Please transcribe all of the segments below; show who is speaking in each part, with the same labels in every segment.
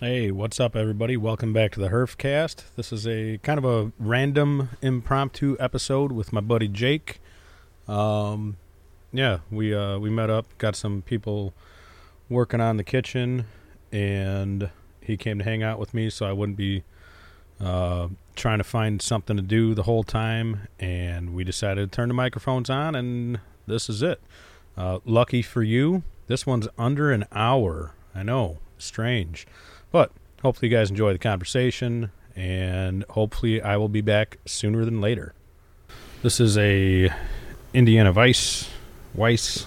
Speaker 1: Hey, what's up, everybody? Welcome back to the Herfcast. This is a kind of a random, impromptu episode with my buddy Jake. Um, yeah, we uh, we met up, got some people working on the kitchen, and he came to hang out with me, so I wouldn't be uh, trying to find something to do the whole time. And we decided to turn the microphones on, and this is it. Uh, lucky for you, this one's under an hour. I know, strange. But hopefully, you guys enjoy the conversation, and hopefully, I will be back sooner than later. This is a Indiana Vice Weiss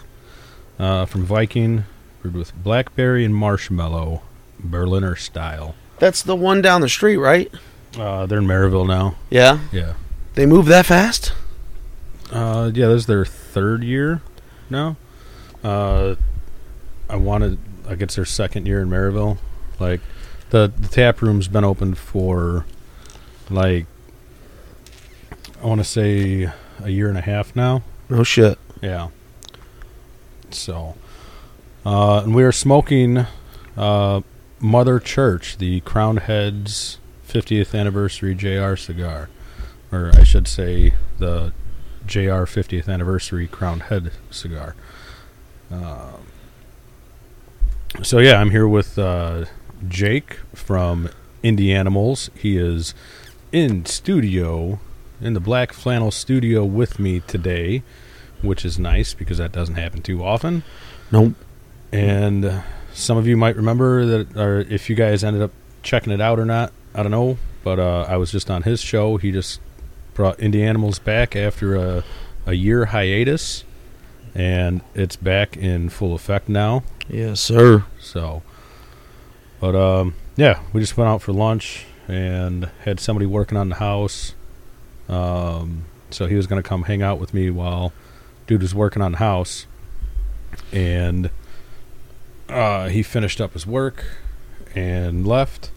Speaker 1: uh, from Viking, brewed with blackberry and marshmallow, Berliner style.
Speaker 2: That's the one down the street, right?
Speaker 1: Uh, they're in Maryville now.
Speaker 2: Yeah.
Speaker 1: Yeah.
Speaker 2: They move that fast?
Speaker 1: Uh, yeah, this is their third year now. Uh, I wanted, I guess, their second year in Maryville. Like, the, the tap room's been open for, like, I want to say a year and a half now.
Speaker 2: No shit.
Speaker 1: Yeah. So, uh, and we are smoking uh, Mother Church, the Crown Heads 50th anniversary JR cigar, or I should say the JR 50th anniversary Crown Head cigar. Um so yeah, I'm here with uh, Jake from Indie Animals. He is in studio in the black flannel studio with me today which is nice because that doesn't happen too often.
Speaker 2: Nope.
Speaker 1: And uh, some of you might remember that, or if you guys ended up checking it out or not, I don't know. But uh, I was just on his show. He just brought Indie Animals back after a, a year hiatus, and it's back in full effect now.
Speaker 2: Yes, sir.
Speaker 1: So, but um, yeah, we just went out for lunch and had somebody working on the house. Um, so he was going to come hang out with me while dude was working on the house, and uh, he finished up his work and left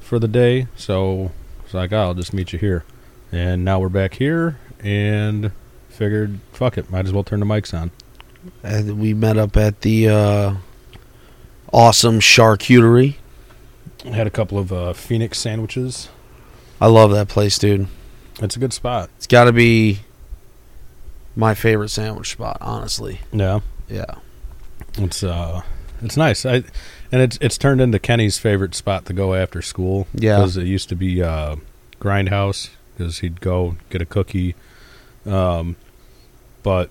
Speaker 1: for the day. So I was like, "I'll just meet you here," and now we're back here and. Figured, fuck it, might as well turn the mics on.
Speaker 2: And we met up at the uh, awesome charcuterie.
Speaker 1: Had a couple of uh, Phoenix sandwiches.
Speaker 2: I love that place, dude.
Speaker 1: It's a good spot.
Speaker 2: It's got to be my favorite sandwich spot, honestly.
Speaker 1: Yeah.
Speaker 2: Yeah.
Speaker 1: It's uh, it's nice. I, and it's it's turned into Kenny's favorite spot to go after school.
Speaker 2: Yeah.
Speaker 1: because it used to be uh, Grindhouse because he'd go get a cookie. Um, but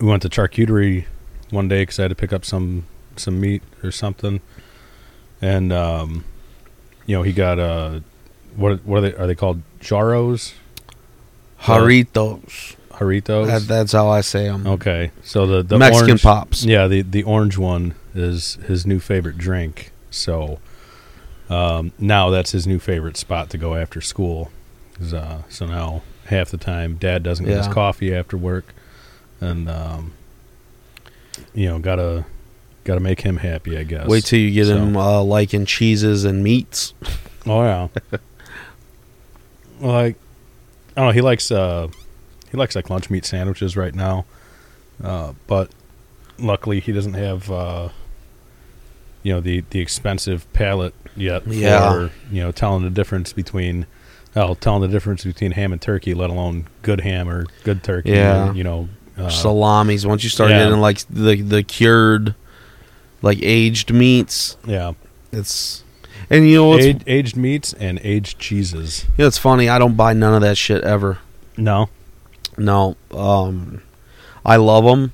Speaker 1: we went to charcuterie one day because I had to pick up some some meat or something, and um, you know he got uh, what what are they are they called jarros
Speaker 2: Jarritos.
Speaker 1: jarritos?
Speaker 2: That, that's how I say them.
Speaker 1: okay, so the the
Speaker 2: Mexican
Speaker 1: orange,
Speaker 2: pops.
Speaker 1: Yeah, the the orange one is his new favorite drink. So um, now that's his new favorite spot to go after school. 'Cause, Uh, so now half the time, Dad doesn't get his
Speaker 2: Yeah.
Speaker 1: coffee after work, and um, you know, gotta gotta make him happy, I guess.
Speaker 2: Wait till you get
Speaker 1: So-
Speaker 2: him uh, liking cheeses and meats.
Speaker 1: Oh yeah. like, I don't know. He likes uh, he likes like lunch meat sandwiches right now, uh, but luckily he doesn't have uh, you know the the expensive palate yet.
Speaker 2: Yeah.
Speaker 1: For, you know, telling the difference between. Well, telling the difference between ham and turkey, let alone good ham or good turkey. or,
Speaker 2: Yeah.
Speaker 1: you know, uh,
Speaker 2: Salamis. Once you start
Speaker 1: yeah.
Speaker 2: getting like the the cured, like aged meats,
Speaker 1: yeah,
Speaker 2: It's and you know what's,
Speaker 1: Age, aged meats and aged cheeses.
Speaker 2: you know what's funny? I don't buy none of that shit ever.
Speaker 1: No,
Speaker 2: No, um, I love them,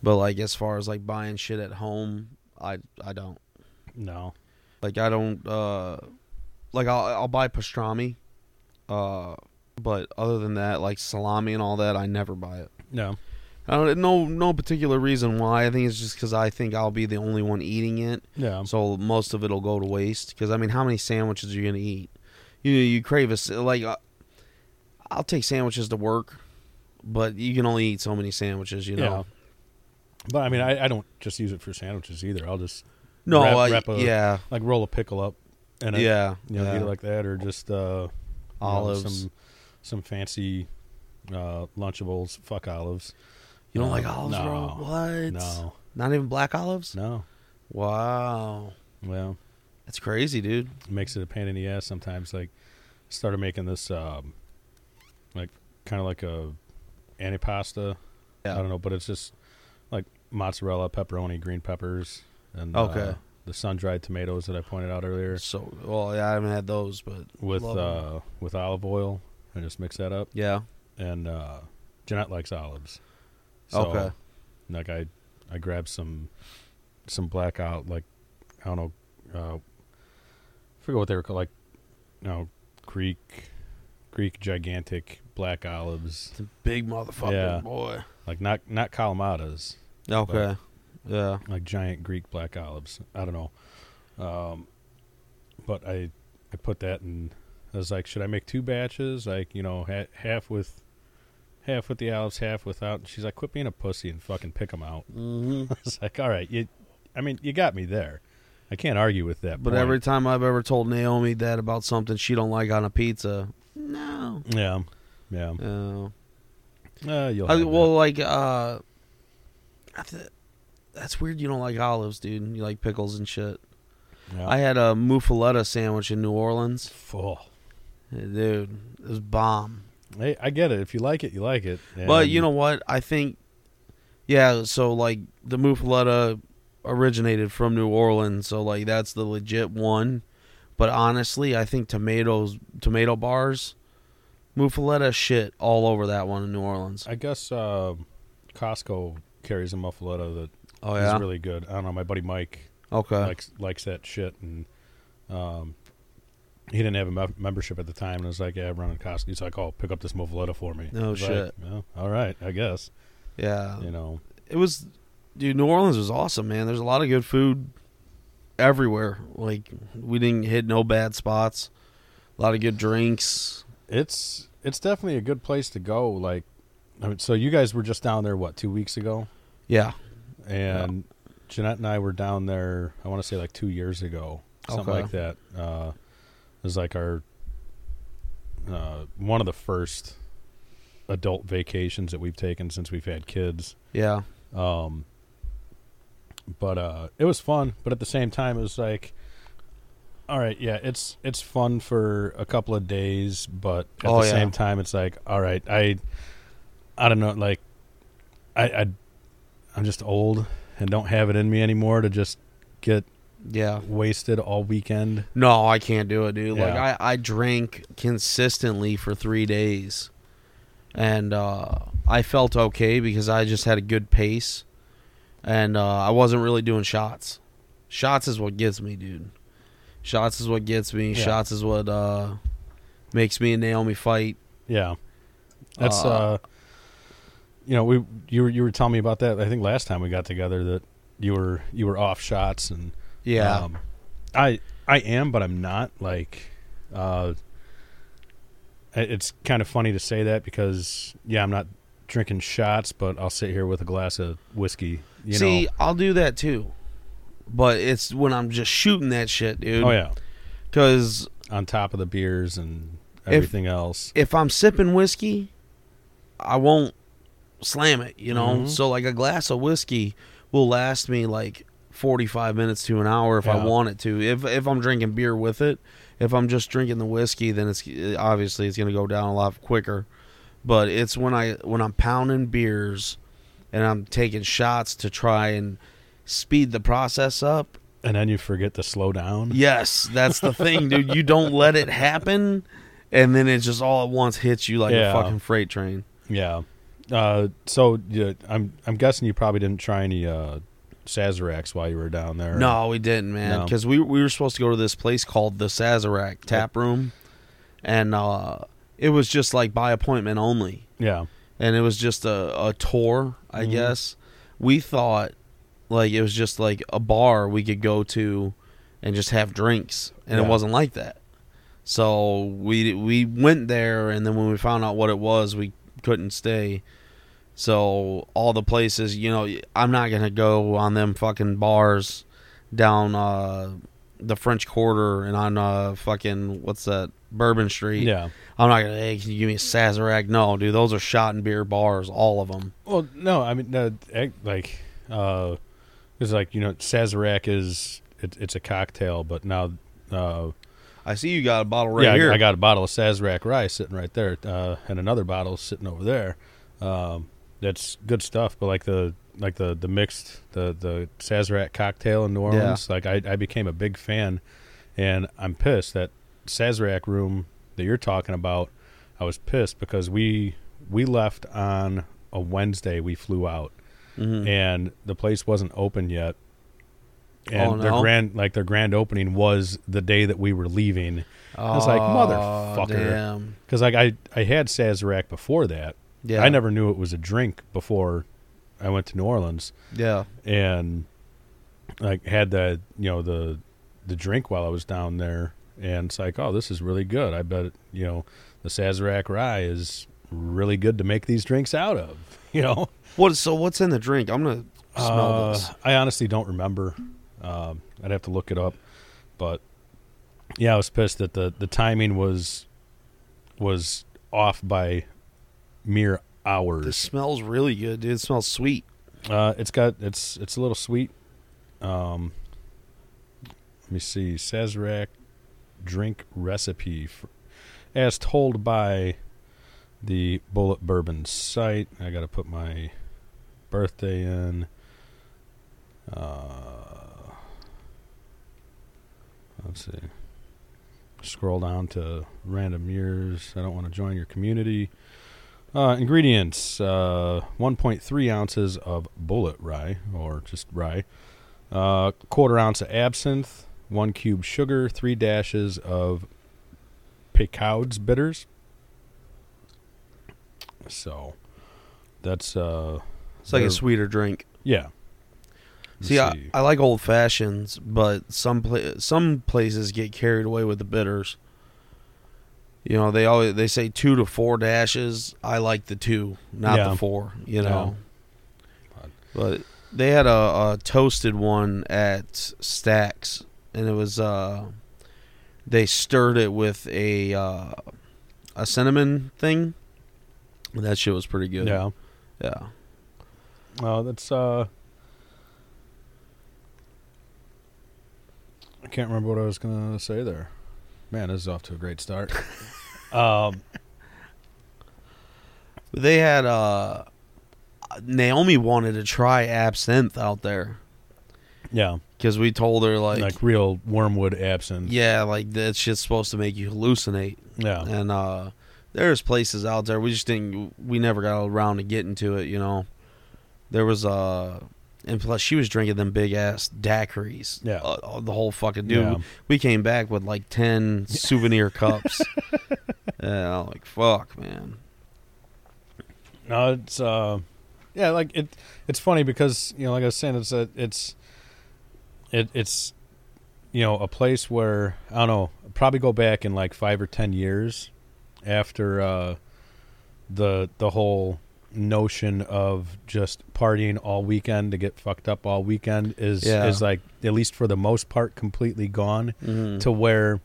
Speaker 2: but like as far as like buying shit at home, I I don't
Speaker 1: no,
Speaker 2: like I don't uh like I'll I'll buy pastrami, uh, but other than that, like salami and all that, I never buy it.
Speaker 1: no.
Speaker 2: I don't no no particular reason why. I think it's just because I think I'll be the only one eating it.
Speaker 1: Yeah,
Speaker 2: so most of it'll go to waste. Because I mean, how many sandwiches are you gonna eat? You you crave a s- like. Uh, I'll take sandwiches to work, but you can only eat so many sandwiches. You know.
Speaker 1: But I mean, I, I don't just use it for sandwiches either. I'll just
Speaker 2: No.
Speaker 1: Wrap-
Speaker 2: I-
Speaker 1: wrap a-
Speaker 2: yeah.
Speaker 1: like roll a pickle up and I-
Speaker 2: yeah.
Speaker 1: you know,
Speaker 2: yeah.
Speaker 1: eat it like that, or just uh, you know,
Speaker 2: Olives.
Speaker 1: some some fancy uh, lunchables. Fuck olives.
Speaker 2: you don't like
Speaker 1: No,
Speaker 2: olives, bro?
Speaker 1: no,
Speaker 2: What?
Speaker 1: No,
Speaker 2: Not even black olives?
Speaker 1: no.
Speaker 2: Wow.
Speaker 1: Well,
Speaker 2: That's crazy, dude.
Speaker 1: It makes it a pain in the ass sometimes. Like, started making this, um, like, kind of like a antipasta. I don't know, but it's just like mozzarella, pepperoni, green peppers, and uh,
Speaker 2: Okay.
Speaker 1: the sun dried tomatoes that I pointed out earlier
Speaker 2: So well, yeah, I haven't had those, but
Speaker 1: with
Speaker 2: love 'em.
Speaker 1: uh, with olive oil. I just mix that up,
Speaker 2: yeah,
Speaker 1: and uh, Jeanette likes olives.
Speaker 2: okay,
Speaker 1: like I, I grabbed some, some blackout like, I don't know, uh, I forget what they were called, like, you know, Greek, Greek gigantic black olives,
Speaker 2: the big motherfucker,
Speaker 1: Yeah.
Speaker 2: boy.
Speaker 1: like not not calamatas,
Speaker 2: Okay, yeah,
Speaker 1: like giant Greek black olives. I don't know, um, but I, I put that in. I was like, should I make two batches? Like, you know, ha- half with, half with the olives, half without. And she's like, quit being a pussy and fucking pick them out.
Speaker 2: hmm
Speaker 1: It's like, all right, you, I mean, you got me there. I can't argue with that.
Speaker 2: But
Speaker 1: point.
Speaker 2: every time I've ever told Naomi that about something she don't like on a pizza, no.
Speaker 1: yeah, yeah,
Speaker 2: No.
Speaker 1: uh, you'll
Speaker 2: I,
Speaker 1: have
Speaker 2: well, like, uh, I th- that's weird. You don't like olives, dude. You like pickles and shit.
Speaker 1: that. Yeah.
Speaker 2: I had a muffaletta sandwich in New Orleans,
Speaker 1: full.
Speaker 2: dude. It was bomb.
Speaker 1: Hey, I get it. If you like it, you like it.
Speaker 2: But
Speaker 1: And-
Speaker 2: you know what? I think, yeah. So like the muffaletta originated from New Orleans, so like that's the legit one. But honestly, I think tomatoes, tomato bars, muffaletta shit all over that one in New Orleans.
Speaker 1: I guess uh, Costco carries a muffaletta that
Speaker 2: Oh
Speaker 1: is
Speaker 2: yeah. Uh.
Speaker 1: really good. I don't know. My buddy Mike
Speaker 2: okay.
Speaker 1: likes likes that shit, and um, he didn't have a mem- membership at the time, and I was like, "Yeah, I'm running Costco." He's like, "Oh, pick up this muffaletta for me."
Speaker 2: No
Speaker 1: I was like,
Speaker 2: shit. Oh.
Speaker 1: "Well, all right, I guess.
Speaker 2: yeah.
Speaker 1: You know,
Speaker 2: It was, dude. New Orleans was awesome, man. There's a lot of good food everywhere. Like we didn't hit no bad spots. A lot of good drinks.
Speaker 1: It's it's definitely a good place to go. Like, I mean, so you guys were just down there what two weeks ago,
Speaker 2: Yeah.
Speaker 1: and Jeanette and I were down there. I want to say like two years ago, something
Speaker 2: Okay.
Speaker 1: like that. Uh, it was like our uh, one of the first adult vacations that we've taken since we've had kids.
Speaker 2: Yeah.
Speaker 1: Um, but uh, it was fun. But at the same time, it was like, all right, yeah, it's it's fun for a couple of days, but at
Speaker 2: Oh,
Speaker 1: the
Speaker 2: yeah.
Speaker 1: same time, it's like, all right, I, I don't know, like, I, I, I'm just old and don't have it in me anymore to just get
Speaker 2: Yeah.
Speaker 1: wasted all weekend.
Speaker 2: No, I can't do it, dude. Like
Speaker 1: Yeah.
Speaker 2: I, I drank consistently for three days, and uh, I felt okay because I just had a good pace, and uh, I wasn't really doing shots. Shots is what gets me, dude. Shots is what gets me.
Speaker 1: Yeah.
Speaker 2: Shots is what uh, makes me and Naomi fight.
Speaker 1: Yeah, that's uh,
Speaker 2: Uh,
Speaker 1: you know, we you were you were telling me about that. I think last time we got together that you were you were off shots and
Speaker 2: Yeah,
Speaker 1: Um, I I am, but I'm not. Like, uh, i- it's kind of funny to say that because yeah, I'm not drinking shots, but I'll sit here with a glass of whiskey. You
Speaker 2: see, I'll do that too, but it's when I'm just shooting that shit, dude.
Speaker 1: know, oh yeah,
Speaker 2: because
Speaker 1: on top of the beers and
Speaker 2: If-
Speaker 1: everything else.
Speaker 2: if I'm sipping whiskey, I won't slam it, you know?
Speaker 1: Mhm.
Speaker 2: So, like, a glass of whiskey will last me like 45 minutes to an hour if
Speaker 1: Yeah.
Speaker 2: I want it to. If, if I'm drinking beer with it, if I'm just drinking the whiskey, then it's obviously it's going to go down a lot quicker. But it's when I when I'm pounding beers and I'm taking shots to try and speed the process up,
Speaker 1: And then you forget to slow down.
Speaker 2: Yes, that's the thing, dude. You don't let it happen, and then it just all at once hits you like
Speaker 1: Yeah.
Speaker 2: a fucking freight train.
Speaker 1: Yeah. Uh, so yeah, I'm I'm guessing you probably didn't try any uh, Sazeracs while you were down there.
Speaker 2: No, we didn't, man,
Speaker 1: No.
Speaker 2: because we we were supposed to go to this place called the Sazerac Tap Room, and uh, it was just like by appointment only,
Speaker 1: Yeah.
Speaker 2: and it was just a a tour, I
Speaker 1: Mhm.
Speaker 2: guess. We thought like it was just like a bar we could go to and just have drinks, and
Speaker 1: Yeah.
Speaker 2: it wasn't like that. So we we went there, and then when we found out what it was, we couldn't stay. So all the places, you know, I'm not gonna go on them fucking bars down uh, the French Quarter and on uh, fucking what's that Bourbon Street.
Speaker 1: Yeah.
Speaker 2: I'm not gonna. Hey, can you give me a Sazerac? No, dude, those are shot and beer bars, all of them.
Speaker 1: Well, no, I mean, no, ec- like, uh, it's like you know, Sazerac is it, it's a cocktail. But now, uh,
Speaker 2: I see you got a bottle right
Speaker 1: yeah, I-
Speaker 2: here.
Speaker 1: I, got a bottle of Sazerac rye sitting right there, uh, and another bottle sitting over there. Um, that's good stuff. But like the like the the mixed the the Sazerac cocktail in New
Speaker 2: Yeah.
Speaker 1: Orleans, like I, I became a big fan, and I'm pissed that Sazerac room that you're talking about. I was pissed because we we left on a Wednesday. We flew out
Speaker 2: Mhm.
Speaker 1: and the place wasn't open yet. And
Speaker 2: Oh,
Speaker 1: their
Speaker 2: no?
Speaker 1: grand like their grand opening was the day that we were leaving. I was like,
Speaker 2: Oh,
Speaker 1: motherfucker.
Speaker 2: damn.
Speaker 1: Because like I, I had Sazerac before that.
Speaker 2: Yeah,
Speaker 1: I never knew it was a drink before I went to New Orleans
Speaker 2: Yeah,
Speaker 1: and like had the you know the the drink while I was down there and it's like, oh, this is really good. I bet you know, the Sazerac rye is really good to make these drinks out of. You know?
Speaker 2: What? So what's in the drink? I'm gonna smell
Speaker 1: Uh,
Speaker 2: this.
Speaker 1: I honestly don't remember. Um, I'd have to look it up, but yeah, I was pissed that the the timing was was off by mere
Speaker 2: This
Speaker 1: hours.
Speaker 2: smells really good, dude. It smells sweet.
Speaker 1: Uh, it's got it's it's a little sweet. Um, let me see Sazerac drink recipe for, as told by the Bullet Bourbon site. I got to put my birthday in. Uh, let's see. Scroll down to random years. I don't want to join your community. Uh, ingredients uh, 1.3 ounces of bullet rye, or just rye, uh, quarter ounce of absinthe, one cube sugar, three dashes of Picaud's bitters. So that's, uh,
Speaker 2: It's like
Speaker 1: They're-
Speaker 2: a sweeter drink.
Speaker 1: yeah. Let's
Speaker 2: See, I, I like old fashions, but some pla- some places get carried away with the bitters. You know, they always they say two to four dashes. I like the two, not
Speaker 1: Yeah.
Speaker 2: the four. You
Speaker 1: Yeah.
Speaker 2: know,
Speaker 1: Fine.
Speaker 2: but they had a, a toasted one at Stacks, and it was uh, they stirred it with a uh, a cinnamon thing. That shit was pretty good.
Speaker 1: Yeah.
Speaker 2: yeah.
Speaker 1: Uh, that's uh, I can't remember what I was gonna say there. Man, this is off to a great start. um,
Speaker 2: They had uh Naomi wanted to try absinthe out there
Speaker 1: yeah,
Speaker 2: because we told her like,
Speaker 1: like, real wormwood absinthe.
Speaker 2: yeah, like that shit's supposed to make you hallucinate,
Speaker 1: yeah,
Speaker 2: and uh there's places out there we just didn't we never got around to getting to it, you know. There was uh and plus she was drinking them big ass daiquiris,
Speaker 1: Yeah.
Speaker 2: uh, uh, the whole fucking dude.
Speaker 1: Yeah.
Speaker 2: We came back with like ten souvenir cups, and I'm like, fuck, man.
Speaker 1: No, it's uh, yeah, like it. It's funny because you know, like I was saying, it's a, it's, it, it's, you know, a place where I don't know. Probably go back in like five or ten years after uh, the the whole notion of just partying all weekend to get fucked up all weekend is
Speaker 2: Yeah.
Speaker 1: is like at least for the most part completely gone
Speaker 2: Mhm.
Speaker 1: to where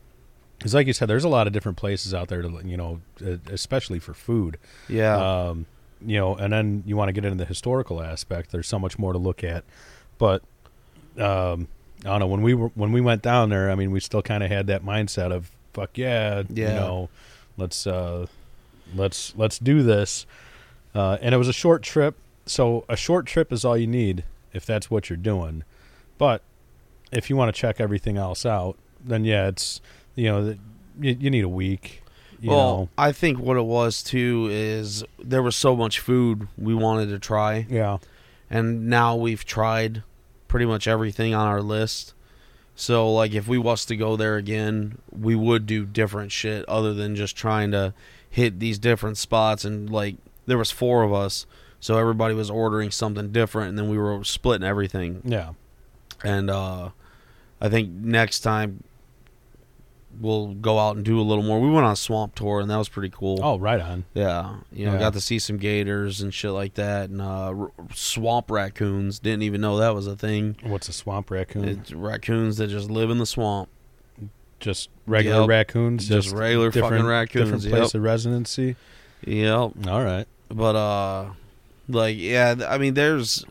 Speaker 1: because like you said there's a lot of different places out there to you know uh, especially for food
Speaker 2: yeah,
Speaker 1: um, you know, and then you want to get into the historical aspect. There's so much more to look at, but um, I don't know. When we were when we went down there, I mean, we still kind of had that mindset of fuck yeah, you
Speaker 2: Yeah.
Speaker 1: know, let's uh, let's let's do this. Uh, and it was a short trip, so a short trip is all you need if that's what you're doing. But if you want to check everything else out, then yeah, it's you know, that- you, you need a week. You
Speaker 2: well,
Speaker 1: know.
Speaker 2: I think what it was too is there was so much food we wanted to try,
Speaker 1: yeah,
Speaker 2: and now we've tried pretty much everything on our list. So, like, if we was to go there again, we would do different shit other than just trying to hit these different spots. And like, there was four of us, so everybody was ordering something different, and then we were splitting everything.
Speaker 1: yeah,
Speaker 2: And uh, I think next time we'll go out and do a little more. We went on a swamp tour, and that was pretty cool.
Speaker 1: oh, right on.
Speaker 2: Yeah, you know,
Speaker 1: Yeah.
Speaker 2: got to see some gators and shit like that, and uh, r- swamp raccoons. Didn't even know that was a thing.
Speaker 1: What's a swamp raccoon?
Speaker 2: It's raccoons that just live in the swamp.
Speaker 1: just regular
Speaker 2: Yep.
Speaker 1: raccoons,
Speaker 2: Just regular fucking
Speaker 1: different-
Speaker 2: raccoons,
Speaker 1: different
Speaker 2: yep.
Speaker 1: place of residency.
Speaker 2: Yep.
Speaker 1: All right,
Speaker 2: But uh, like yeah, th- I mean, there's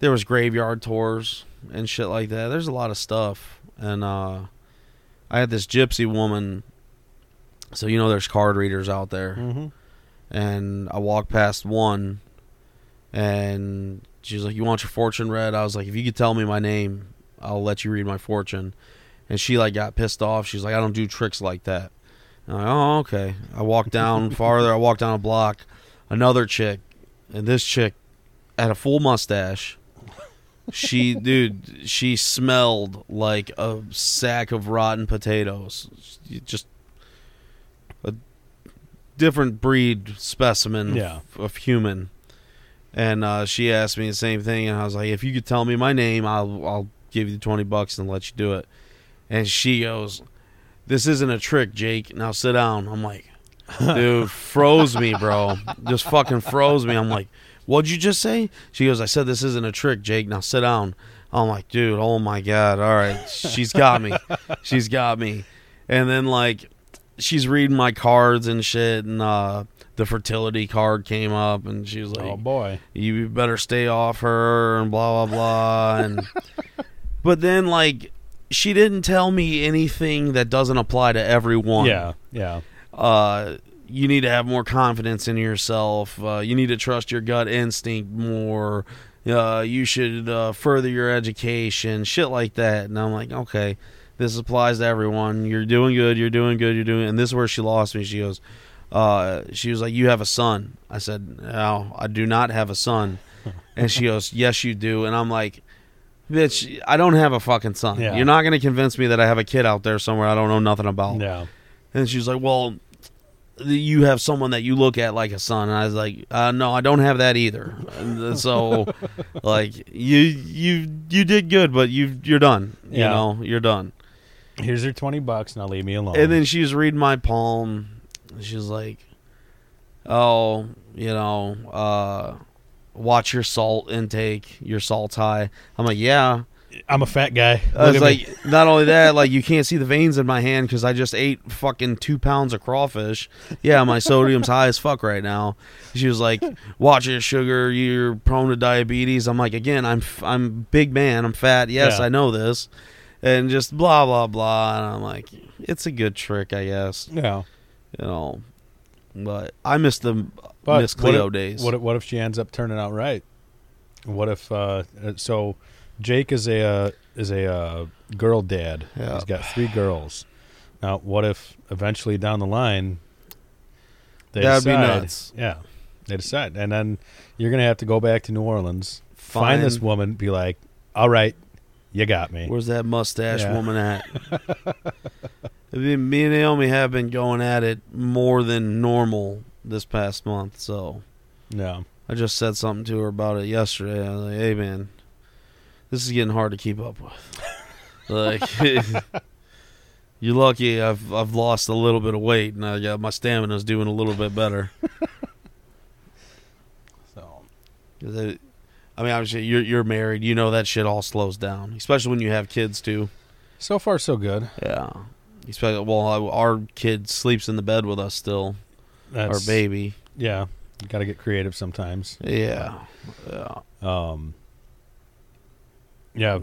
Speaker 2: there was graveyard tours. and shit like that. There's a lot of stuff. And uh I had this gypsy woman so you know there's card readers out there.
Speaker 1: Mm-hmm.
Speaker 2: And I walked past one and she was like, You want your fortune read? I was like, If you could tell me my name, I'll let you read my fortune. And she like got pissed off. She's like, I don't do tricks like that. And I'm like, oh, okay. I walked down farther, I walked down a block, another chick, and this chick had a full mustache. She dude, she smelled like a sack of rotten potatoes. She Just a different breed specimen
Speaker 1: Yeah.
Speaker 2: of, of human. And uh, she asked me the same thing, and I was like, "If you could tell me my name, I'll I'll give you the twenty bucks and let you do it." And she goes, "This isn't a trick, Jake. Now sit down." I'm like, "Dude, froze me, bro. Just fucking froze me." I'm like, "What'd you just say?" She goes, "I said this isn't a trick, Jake. Now sit down." I'm like, "Dude, oh my god. All right, she's got me. She's got me." And then like, she's reading my cards and shit, and uh, the fertility card came up, and she was like,
Speaker 1: oh boy.
Speaker 2: you better stay off her and blah blah blah and but then like she didn't tell me anything that doesn't apply to everyone
Speaker 1: Yeah. Yeah.
Speaker 2: uh you need to have more confidence in yourself uh, you need to trust your gut instinct more uh, you should uh, further your education shit like that and i'm like okay this applies to everyone you're doing good you're doing good you're doing and this is where she lost me she goes uh, she was like you have a son i said no i do not have a son and she goes yes you do and i'm like bitch i don't have a fucking son
Speaker 1: Yeah.
Speaker 2: you're not going to convince me that i have a kid out there somewhere i don't know nothing about
Speaker 1: Yeah.
Speaker 2: and she's like, "Well, you have someone that you look at like a son." And I was like, uh, "No, I don't have that either." And uh, so, like, you you you did good, but you you're done. You
Speaker 1: Yeah.
Speaker 2: know, you're done.
Speaker 1: Here's your twenty bucks. Now leave me alone.
Speaker 2: And then she was reading my palm. She was like, "Oh, you know, uh, watch your salt intake. Your salt's high." I'm like, "Yeah."
Speaker 1: I'm a fat guy.
Speaker 2: I
Speaker 1: Look at
Speaker 2: was
Speaker 1: me.
Speaker 2: like, not only that, like you can't see the veins in my hand because I just ate fucking two pounds of crawfish. Yeah, my sodium's high as fuck right now. She was like, "Watch your sugar. You're prone to diabetes." I'm like, again, I'm f- I'm big man. I'm fat. Yes,
Speaker 1: Yeah.
Speaker 2: I know this, and just blah blah blah. And I'm like, it's a good trick, I guess.
Speaker 1: yeah.
Speaker 2: You know, but I miss the
Speaker 1: But
Speaker 2: miss
Speaker 1: what
Speaker 2: Cleo
Speaker 1: if-
Speaker 2: days.
Speaker 1: What if, what if she ends up turning out right? What if uh, uh, so? Jake is a uh, is a uh, girl dad.
Speaker 2: Yeah.
Speaker 1: He's got three girls. Now, what if eventually down the line they
Speaker 2: That'd be
Speaker 1: decide-
Speaker 2: nuts.
Speaker 1: Yeah, they decide, and then you're gonna have to go back to New Orleans, find, this woman, be like, "All right, you got me."
Speaker 2: Where's that mustache
Speaker 1: Yeah.
Speaker 2: woman at? I mean, me and Naomi have been going at it more than normal this past month, so
Speaker 1: No,
Speaker 2: I just said something to her about it yesterday. I was like, "Hey, man, this is getting hard to keep up with. like, you're lucky I've I've lost a little bit of weight and I got my stamina's doing a little bit better.
Speaker 1: so
Speaker 2: 'Cause it- I mean, obviously, you're you're married, you know that shit all slows down, especially when you have kids too.
Speaker 1: so far so good.
Speaker 2: Yeah. Especially, well, I- our kid sleeps in the bed with us still,
Speaker 1: That's,
Speaker 2: our baby.
Speaker 1: Yeah, got to get creative sometimes.
Speaker 2: Yeah. Yeah.
Speaker 1: Um, yeah,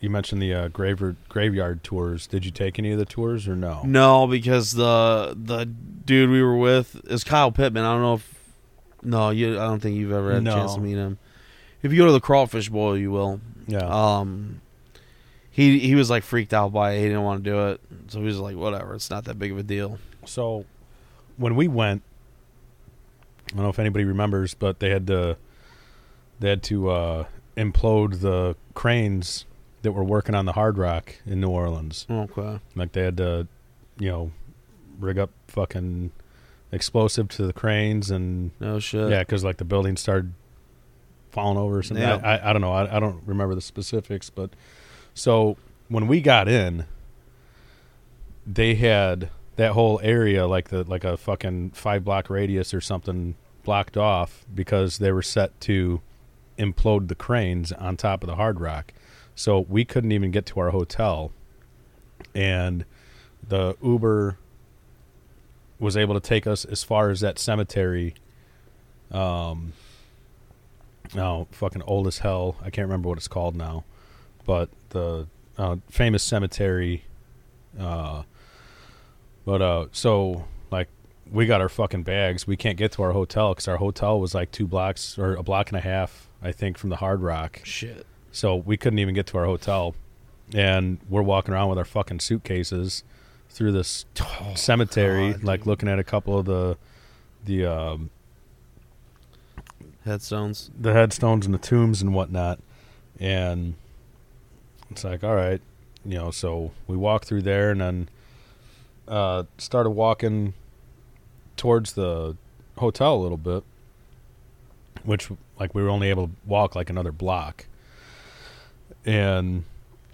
Speaker 1: you mentioned the uh, graver, graveyard tours. Did you take any of the tours or no?
Speaker 2: No, because the the dude we were with is Kyle Pittman. I don't know if no, you. I don't think you've ever had a chance to
Speaker 1: No.
Speaker 2: meet him. If you go to the Crawfish Boil, you will.
Speaker 1: Yeah,
Speaker 2: Um, he he was like freaked out by it. He didn't want to do it, so he was like, whatever. It's not that big of a deal.
Speaker 1: So when we went, I don't know if anybody remembers, but they had to they had to uh, implode the cranes that were working on the Hard Rock in New Orleans.
Speaker 2: Okay.
Speaker 1: Like they had to, you know, rig up fucking explosive to the cranes and
Speaker 2: No shit.
Speaker 1: yeah, because like the building started falling over or something.
Speaker 2: Yeah.
Speaker 1: I, I, I don't know. I, I don't remember the specifics, but so when we got in, they had that whole area like the like a fucking five block radius or something blocked off because they were set to implode the cranes on top of the hard rock. So we couldn't even get to our hotel, and the Uber was able to take us as far as that cemetery. Um, oh, fucking old as hell. I can't remember what it's called now, but the uh, famous cemetery. Uh, but uh, so like we got our fucking bags. We can't get to our hotel because our hotel was like two blocks or a block and a half, I think, from the Hard Rock.
Speaker 2: Shit.
Speaker 1: So we couldn't even get to our hotel, and we're walking around with our fucking suitcases through this
Speaker 2: Oh,
Speaker 1: cemetery,
Speaker 2: God,
Speaker 1: like
Speaker 2: dude.
Speaker 1: looking at a couple of the the um,
Speaker 2: Headstones.
Speaker 1: the headstones and the tombs and whatnot. And it's like, all right, you know, so we walked through there and then uh, started walking towards the hotel a little bit, which, like, we were only able to walk like another block. And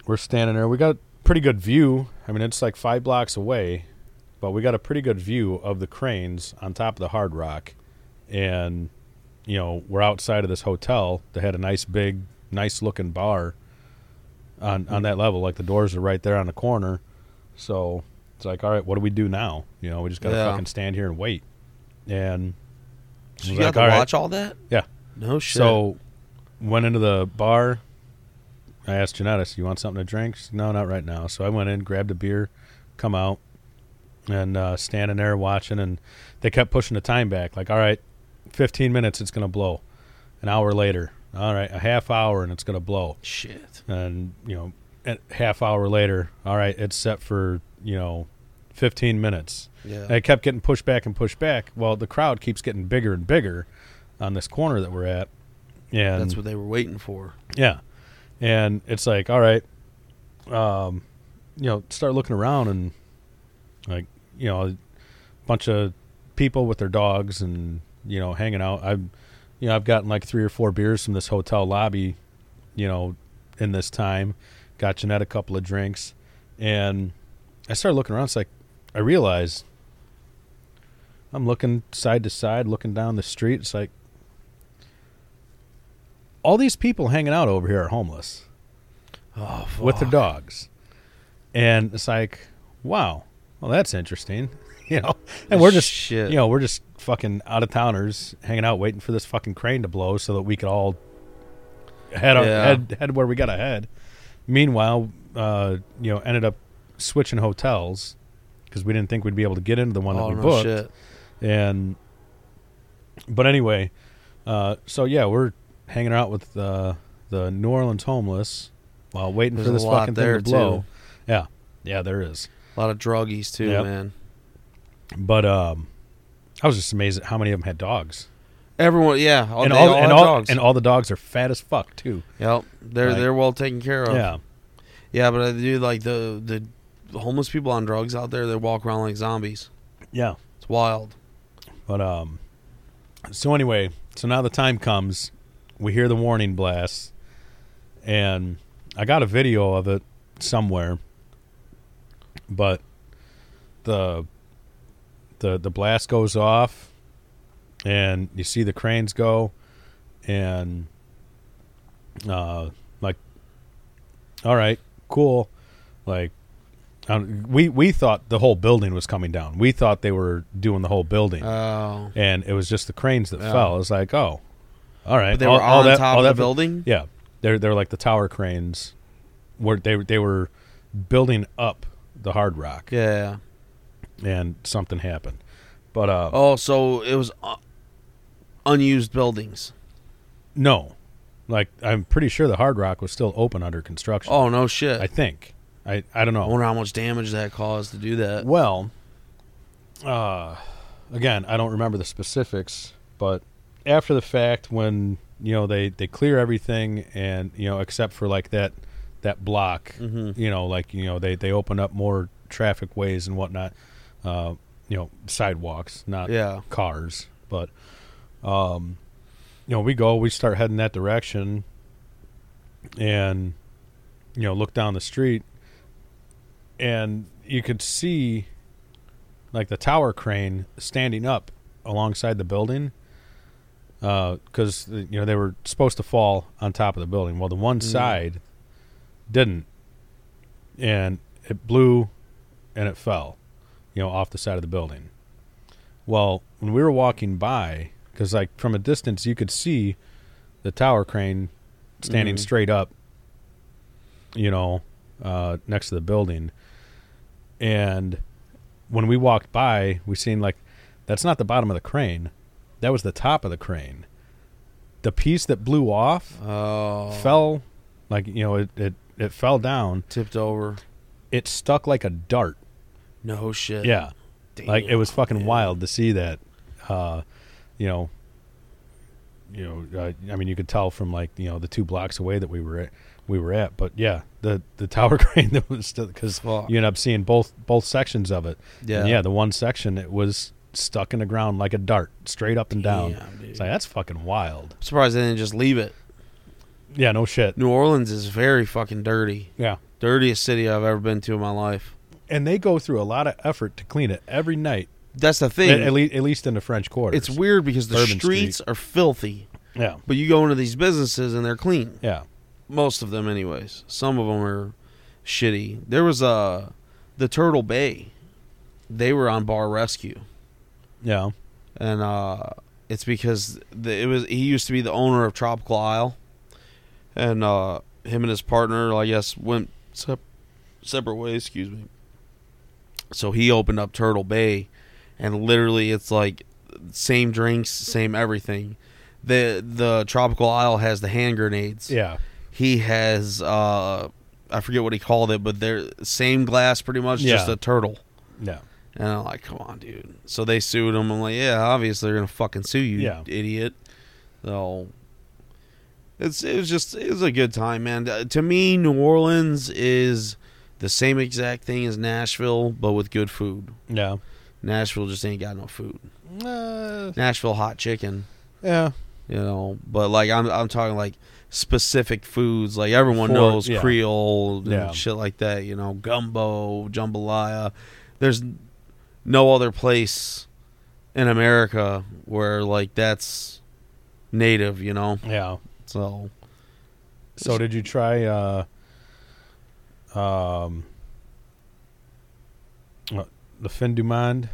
Speaker 1: we're standing there. We got a pretty good view. I mean, it's like five blocks away, but we got a pretty good view of the cranes on top of the hard rock. And you know, we're outside of this hotel that had a nice big, nice looking bar on on that level. Like the doors are right there on the corner. So it's like, all right, what do we do now? You know, we just gotta
Speaker 2: Yeah.
Speaker 1: fucking stand here and wait. And I
Speaker 2: So
Speaker 1: was
Speaker 2: you got
Speaker 1: like,
Speaker 2: to
Speaker 1: "All right."
Speaker 2: watch all that?
Speaker 1: Yeah.
Speaker 2: No shit.
Speaker 1: So went into the bar. I asked Janetta, "So you want something to drink?" She said, no, not right now. So I went in, grabbed a beer, come out, and uh, standing there watching. And they kept pushing the time back. Like, all right, fifteen minutes, it's gonna blow. An hour later, all right, a half hour, and it's gonna blow.
Speaker 2: shit.
Speaker 1: And you know, a half hour later, all right, it's set for you know, fifteen minutes.
Speaker 2: Yeah.
Speaker 1: And it kept getting pushed back and pushed back. Well, the crowd keeps getting bigger and bigger on this corner that we're at. Yeah,
Speaker 2: That's what they were waiting for.
Speaker 1: yeah, and it's like, all right, um, you know, start looking around and like, you know, a bunch of people with their dogs and you know, hanging out. I've, you know, I've gotten like three or four beers from this hotel lobby, you know, in this time. Got Jeanette a couple of drinks, and I started looking around. It's like I realized I'm looking side to side, looking down the street. It's like all these people hanging out over here are homeless
Speaker 2: Oh, fuck.
Speaker 1: with their dogs. And it's like, wow, well that's interesting. You know. And we're just
Speaker 2: Shit.
Speaker 1: you know, we're just fucking out of towners hanging out waiting for this fucking crane to blow so that we could all head our,
Speaker 2: Yeah.
Speaker 1: head head where we gotta head. Meanwhile, uh, you know, ended up switching hotels because we didn't think we'd be able to get into the one
Speaker 2: oh,
Speaker 1: that we
Speaker 2: no
Speaker 1: booked
Speaker 2: shit.
Speaker 1: and but anyway uh so yeah we're hanging out with the the new orleans homeless while waiting
Speaker 2: There's
Speaker 1: for
Speaker 2: a
Speaker 1: this
Speaker 2: lot
Speaker 1: fucking
Speaker 2: there,
Speaker 1: thing to blow
Speaker 2: too.
Speaker 1: yeah yeah there is
Speaker 2: A lot of druggies, too,
Speaker 1: Yep.
Speaker 2: man.
Speaker 1: but um i was just amazed at how many of them had dogs
Speaker 2: Everyone, yeah. All,
Speaker 1: and
Speaker 2: Oh, they
Speaker 1: all,
Speaker 2: all
Speaker 1: and,
Speaker 2: have
Speaker 1: all
Speaker 2: dogs.
Speaker 1: and all the dogs are fat as fuck too
Speaker 2: yep. They're,
Speaker 1: Like-
Speaker 2: they're well taken care of.
Speaker 1: yeah
Speaker 2: Yeah, but I do like the the homeless people on drugs out there. They walk around like zombies.
Speaker 1: yeah
Speaker 2: It's wild.
Speaker 1: But um, so anyway, so now the time comes, we hear the warning blast, and I got a video of it somewhere, but the the the blast goes off, and you see the cranes go, and uh, like, all right, cool, like. I don't- We we thought the whole building was coming down. We thought they were doing the whole building
Speaker 2: Oh,
Speaker 1: and it was just the cranes that
Speaker 2: Yeah.
Speaker 1: fell. It was like, oh, all right.
Speaker 2: but they
Speaker 1: all,
Speaker 2: were
Speaker 1: all
Speaker 2: on
Speaker 1: that,
Speaker 2: top
Speaker 1: all
Speaker 2: of
Speaker 1: that
Speaker 2: the building.
Speaker 1: Yeah, they're they're like the tower cranes, where they they were building up the hard rock,
Speaker 2: Yeah.
Speaker 1: and something happened. But uh,
Speaker 2: Oh, so it was uh, unused buildings.
Speaker 1: no, like I'm pretty sure the hard rock was still open under construction.
Speaker 2: Oh no shit.
Speaker 1: I
Speaker 2: I,
Speaker 1: think. I I don't know.
Speaker 2: wonder how much damage that caused to do that.
Speaker 1: Well, uh, again, I don't remember the specifics, but after the fact, when you know they they clear everything, and you know except for like that that block,
Speaker 2: Mm-hmm.
Speaker 1: you know, like you know they they open up more traffic ways and whatnot, uh, you know, sidewalks, not
Speaker 2: Yeah.
Speaker 1: cars. But um, you know, we go, we start heading that direction, and you know, look down the street, and you could see like the tower crane standing up alongside the building because you know they were supposed to fall on top of the building. Well, the one
Speaker 2: Mm.
Speaker 1: side didn't, and it blew, and it fell, you know, off the side of the building. Well, when we were walking by, because like from a distance you could see the tower crane standing
Speaker 2: Mhm.
Speaker 1: straight up, you know, uh, next to the building. And when we walked by, we seen like that's not the bottom of the crane. That was the top of the crane. The piece that blew off
Speaker 2: Oh,
Speaker 1: fell like you know, it, it, it fell down.
Speaker 2: tipped over.
Speaker 1: It stuck like a dart.
Speaker 2: No shit.
Speaker 1: Yeah. like it was
Speaker 2: Damn,
Speaker 1: fucking
Speaker 2: man.
Speaker 1: wild to see that uh you know you know uh, i mean you could tell from like you know the two blocks away that we were at we were at but yeah the the tower crane that was still because
Speaker 2: Fuck.
Speaker 1: you end up seeing both both sections of it
Speaker 2: Yeah.
Speaker 1: and yeah the one section it was stuck in the ground like a dart straight up and down
Speaker 2: Damn, dude.
Speaker 1: it's like that's fucking wild
Speaker 2: I'm surprised they didn't just leave it.
Speaker 1: yeah no shit
Speaker 2: New Orleans is very fucking dirty.
Speaker 1: yeah
Speaker 2: Dirtiest city I've ever been to in my life.
Speaker 1: and they go through a lot of effort to clean it every night
Speaker 2: That's the
Speaker 1: at,
Speaker 2: thing.
Speaker 1: at least at least in the french quarter
Speaker 2: it's weird because the
Speaker 1: Bourbon
Speaker 2: streets are filthy,
Speaker 1: yeah
Speaker 2: but you go into these businesses and they're clean.
Speaker 1: yeah
Speaker 2: Most of them, anyways. Some of them are shitty. There was uh, the Turtle Bay. They were on bar rescue.
Speaker 1: yeah
Speaker 2: and uh, it's because the, it was he used to be the owner of Tropical Isle, and uh, him and his partner, I guess, went sep- separate ways. Excuse me. So he opened up Turtle Bay, and literally, it's like same drinks, same everything. the The Tropical Isle has the hand grenades.
Speaker 1: yeah
Speaker 2: He has uh, I forget what he called it, but they're same glass, pretty much, just
Speaker 1: Yeah.
Speaker 2: a turtle.
Speaker 1: yeah
Speaker 2: And I'm like, come on, dude. So they sued him. I'm like, yeah, obviously they're gonna fucking sue you,
Speaker 1: Yeah.
Speaker 2: idiot. So it's it was just it was a good time, man. Uh, To me, New Orleans is the same exact thing as Nashville, but with good food.
Speaker 1: yeah
Speaker 2: Nashville just ain't got no food.
Speaker 1: Uh,
Speaker 2: Nashville hot chicken,
Speaker 1: yeah,
Speaker 2: you know. But like I'm I'm talking like specific foods. Like everyone
Speaker 1: For-
Speaker 2: knows
Speaker 1: yeah.
Speaker 2: Creole and
Speaker 1: Yeah.
Speaker 2: shit like that. You know, gumbo, jambalaya. There's no other place in America where like that's native. You know,
Speaker 1: yeah.
Speaker 2: so
Speaker 1: So did you try? Uh, um, what, the Fin du Monde?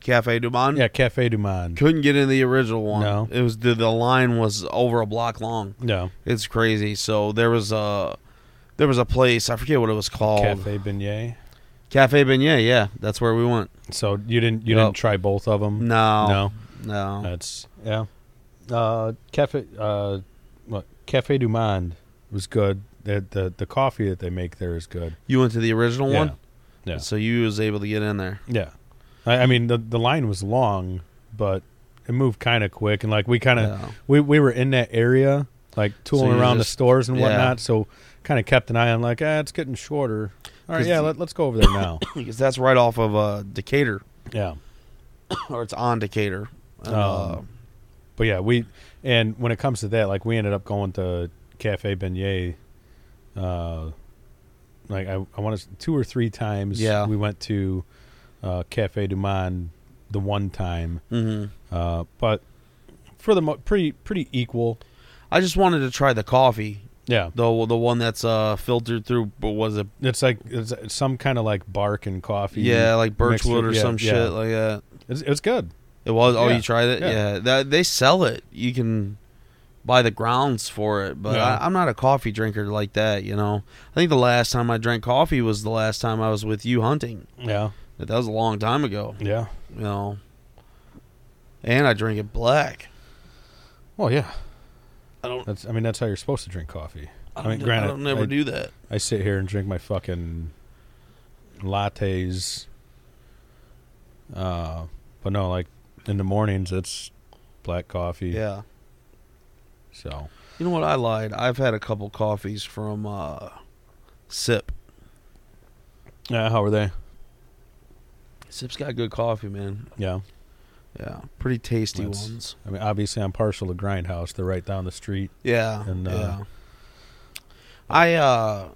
Speaker 2: Cafe Du Monde.
Speaker 1: Yeah, Cafe du Monde.
Speaker 2: Couldn't get in the original one.
Speaker 1: No.
Speaker 2: It was the, the line was over a block long.
Speaker 1: No,
Speaker 2: It's crazy. So there was a there was a place I forget what it was called.
Speaker 1: Cafe Beignet.
Speaker 2: Cafe Beignet, yeah, that's where we went.
Speaker 1: So you didn't you
Speaker 2: Nope.
Speaker 1: didn't try both of them?
Speaker 2: No,
Speaker 1: no,
Speaker 2: no,
Speaker 1: that's yeah. Uh, Cafe uh, what Cafe du Monde was good. The, the the coffee that they make there is good.
Speaker 2: You went to the original
Speaker 1: yeah,
Speaker 2: one,
Speaker 1: yeah.
Speaker 2: so you was able to get in there.
Speaker 1: yeah. I, I mean the the line was long, but it moved kind of quick, and like we kind of.
Speaker 2: Yeah.
Speaker 1: we we were in that area, like tooling
Speaker 2: you're
Speaker 1: around
Speaker 2: just-
Speaker 1: the stores and
Speaker 2: yeah.
Speaker 1: whatnot. So kind of kept an eye on, like, ah, it's getting shorter. All right,
Speaker 2: 'Cause
Speaker 1: yeah,
Speaker 2: the-
Speaker 1: let, let's go over there now.
Speaker 2: because that's right off of uh, Decatur,
Speaker 1: yeah,
Speaker 2: or it's on Decatur. And, uh,
Speaker 1: Um, but yeah, we and when it comes to that, like, we ended up going to Cafe Beignet. Uh, like I, I want to two or three times.
Speaker 2: Yeah.
Speaker 1: we went to uh, Cafe Du Monde the one time,
Speaker 2: mhm.
Speaker 1: uh, but for the mo- pretty pretty equal.
Speaker 2: I just wanted to try the coffee,
Speaker 1: Yeah,
Speaker 2: the the one that's uh, filtered through. But was it?
Speaker 1: it's like it's some kind of like bark and coffee.
Speaker 2: Yeah, like birchwood
Speaker 1: mixture,
Speaker 2: or
Speaker 1: Mm-hmm. yeah,
Speaker 2: some
Speaker 1: yeah.
Speaker 2: shit like that.
Speaker 1: it's, it's good.
Speaker 2: It was. Oh,
Speaker 1: Yeah,
Speaker 2: you tried it?
Speaker 1: yeah.
Speaker 2: Yeah. That they sell it. You can buy the grounds for it, but
Speaker 1: Yeah.
Speaker 2: I, I'm not a coffee drinker like that. You know, I think the last time I drank coffee was the last time I was with you hunting.
Speaker 1: Yeah,
Speaker 2: That was a long time ago.
Speaker 1: yeah.
Speaker 2: you know. And I drink it black.
Speaker 1: Well, yeah.
Speaker 2: I don't.
Speaker 1: That's. I mean, that's how you're supposed to drink coffee.
Speaker 2: I
Speaker 1: I
Speaker 2: don't,
Speaker 1: mean,
Speaker 2: do-
Speaker 1: granted,
Speaker 2: I don't never
Speaker 1: I-
Speaker 2: do that.
Speaker 1: I sit here and drink my fucking lattes. Uh, but no, like in the mornings, it's black coffee.
Speaker 2: Yeah.
Speaker 1: So
Speaker 2: You know what? I lied. I've had a couple coffees from uh, Sip.
Speaker 1: yeah, how are they?
Speaker 2: Sip's got good coffee, man.
Speaker 1: Yeah,
Speaker 2: Yeah, pretty tasty
Speaker 1: That's-
Speaker 2: ones.
Speaker 1: I mean, obviously, I'm partial to Grindhouse. They're right down the street.
Speaker 2: Yeah.
Speaker 1: and, uh,
Speaker 2: yeah. I uh,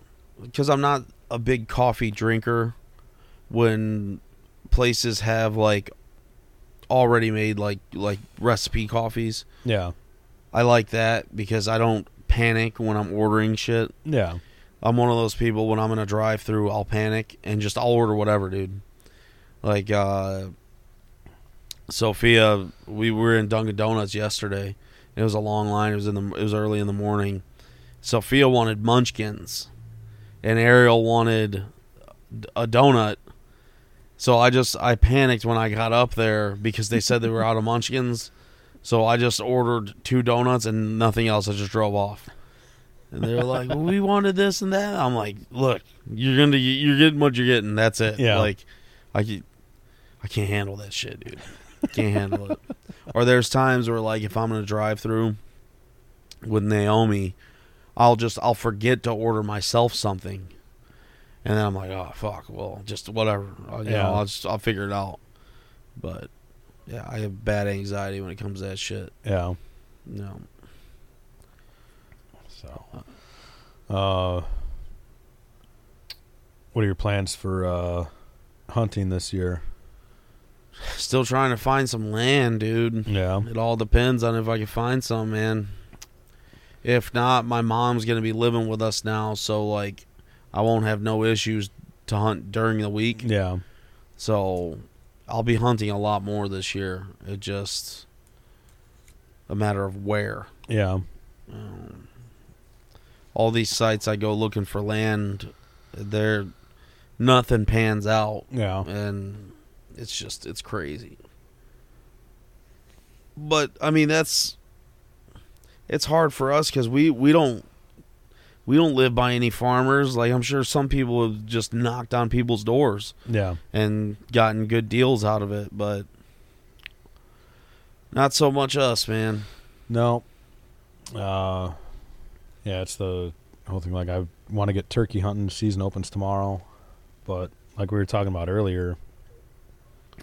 Speaker 2: because I'm not a big coffee drinker. When places have like already made like like recipe coffees,
Speaker 1: Yeah,
Speaker 2: I like that because I don't panic when I'm ordering shit.
Speaker 1: yeah,
Speaker 2: I'm one of those people when I'm in a drive through, I'll panic and just I'll order whatever, dude. Like uh Sophia, we were in Dunkin' Donuts yesterday. It was a long line. It was in the it was early in the morning, Sophia wanted munchkins, and Ariel wanted a donut. So I just I panicked when I got up there because they said they were out of munchkins. So I just ordered two donuts and nothing else. I just drove off. And they're like, well, "We wanted this and that." I'm like, "Look, you're gonna you're getting what you're getting. That's it.
Speaker 1: Yeah.
Speaker 2: Like, I ca- I can't handle that shit, dude. Can't handle it. Or there's times where like if I'm gonna drive through with Naomi, I'll just I'll forget to order myself something, and then I'm like, "Oh fuck, well, just whatever. I'll, you
Speaker 1: Yeah.
Speaker 2: know, I'll just I'll figure it out." But yeah, I have bad anxiety when it comes to that shit.
Speaker 1: Yeah.
Speaker 2: No.
Speaker 1: So, uh, what are your plans for uh, hunting this year?
Speaker 2: Still trying to find some land, dude.
Speaker 1: Yeah.
Speaker 2: It all depends on if I can find some, man. If not, my mom's going to be living with us now, so like I won't have no issues to hunt during the week.
Speaker 1: Yeah.
Speaker 2: So I'll be hunting a lot more this year. It just a matter of where.
Speaker 1: Yeah.
Speaker 2: Um, all these sites I go looking for land, they're nothing pans out
Speaker 1: Yeah.
Speaker 2: and it's just it's crazy. But I mean that's it's hard for us cuz we we don't we don't live by any farmers. Like I'm sure some people have just knocked on people's doors
Speaker 1: Yeah.
Speaker 2: and gotten good deals out of it, but not so much us, man.
Speaker 1: No. Uh, yeah, it's the whole thing. Like, I want to get turkey hunting. Season opens tomorrow, but like we were talking about earlier,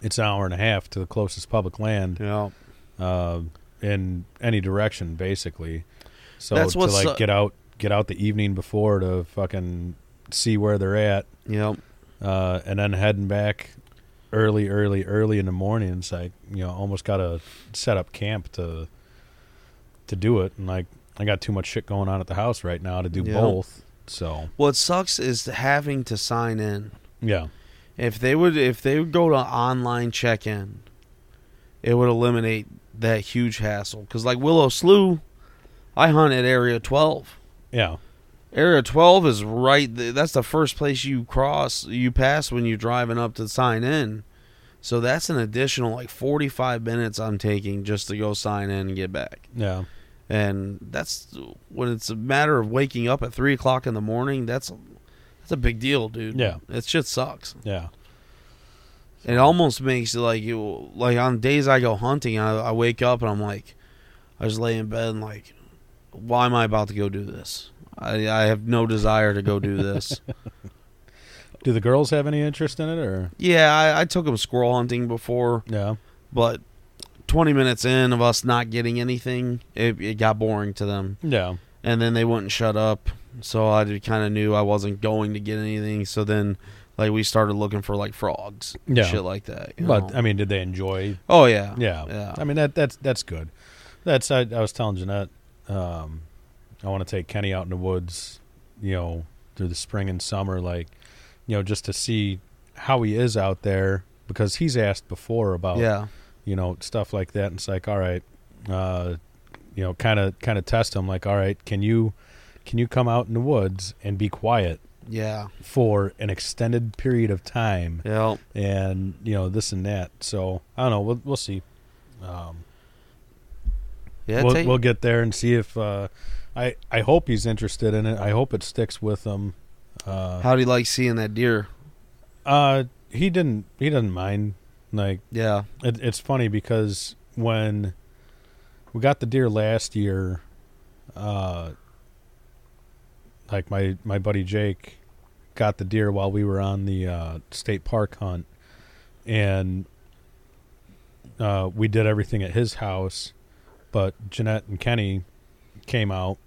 Speaker 1: it's an hour and a half to the closest public land
Speaker 2: Yeah.
Speaker 1: uh, in any direction, basically. So
Speaker 2: That's
Speaker 1: to
Speaker 2: what's uh,
Speaker 1: like
Speaker 2: su-
Speaker 1: get out, get out the evening before to fucking see where they're at,
Speaker 2: Yep.
Speaker 1: uh, and then heading back early, early, early in the morning. It's like you know, almost got to set up camp to to do it. And like, I got too much shit going on at the house right now to do
Speaker 2: Yeah.
Speaker 1: both. So
Speaker 2: What sucks is having to sign in.
Speaker 1: yeah,
Speaker 2: If they would if they would go to online check in, it would eliminate that huge hassle. Cause like Willow Slough, I hunt at Area Twelve.
Speaker 1: yeah,
Speaker 2: Area Twelve is right. Th- that's the first place you cross you pass when you're driving up to sign in. So that's an additional like 45 minutes I'm taking just to go sign in and get back.
Speaker 1: yeah,
Speaker 2: And that's when it's a matter of waking up at three o'clock in the morning. That's that's a big deal, dude.
Speaker 1: Yeah.
Speaker 2: that shit sucks.
Speaker 1: yeah,
Speaker 2: It almost makes it like you like on days I go hunting, I, I wake up and I'm like, I just lay in bed and like, why am I about to go do this? I I have no desire to go do this.
Speaker 1: Do the girls have any interest in it or
Speaker 2: yeah, I, I took him squirrel hunting before,
Speaker 1: yeah,
Speaker 2: but 20 minutes in of us not getting anything, it, it got boring to them,
Speaker 1: yeah,
Speaker 2: and then they wouldn't shut up. So I kind of knew I wasn't going to get anything. So then, like, we started looking for like frogs, and
Speaker 1: Yeah.
Speaker 2: shit like that. you
Speaker 1: but
Speaker 2: know?
Speaker 1: I mean, did they enjoy?
Speaker 2: oh yeah,
Speaker 1: Yeah,
Speaker 2: yeah.
Speaker 1: I mean that that's that's good. That's I, I was telling Jeanette, um, I want to take Kenny out in the woods, you know, through the spring and summer, like, you know, just to see how he is out there because he's asked before about
Speaker 2: yeah.
Speaker 1: you know stuff like that, and it's like, all right, uh, you know, kind of kind of test him, like, all right, can you can you come out in the woods and be quiet
Speaker 2: Yeah.
Speaker 1: for an extended period of time
Speaker 2: Yeah.
Speaker 1: and you know this and that. So I don't know, we'll we'll see. Um,
Speaker 2: Yeah.
Speaker 1: we'll,
Speaker 2: take,
Speaker 1: we'll get there and see if uh, I I hope he's interested in it. I hope it sticks with him. Uh,
Speaker 2: how do you like seeing that deer?
Speaker 1: uh, he didn't he doesn't mind. Like
Speaker 2: Yeah.
Speaker 1: it, it's funny because when we got the deer last year, uh, like my my buddy Jake got the deer while we were on the uh, state park hunt, and uh, we did everything at his house, but Jeanette and Kenny came out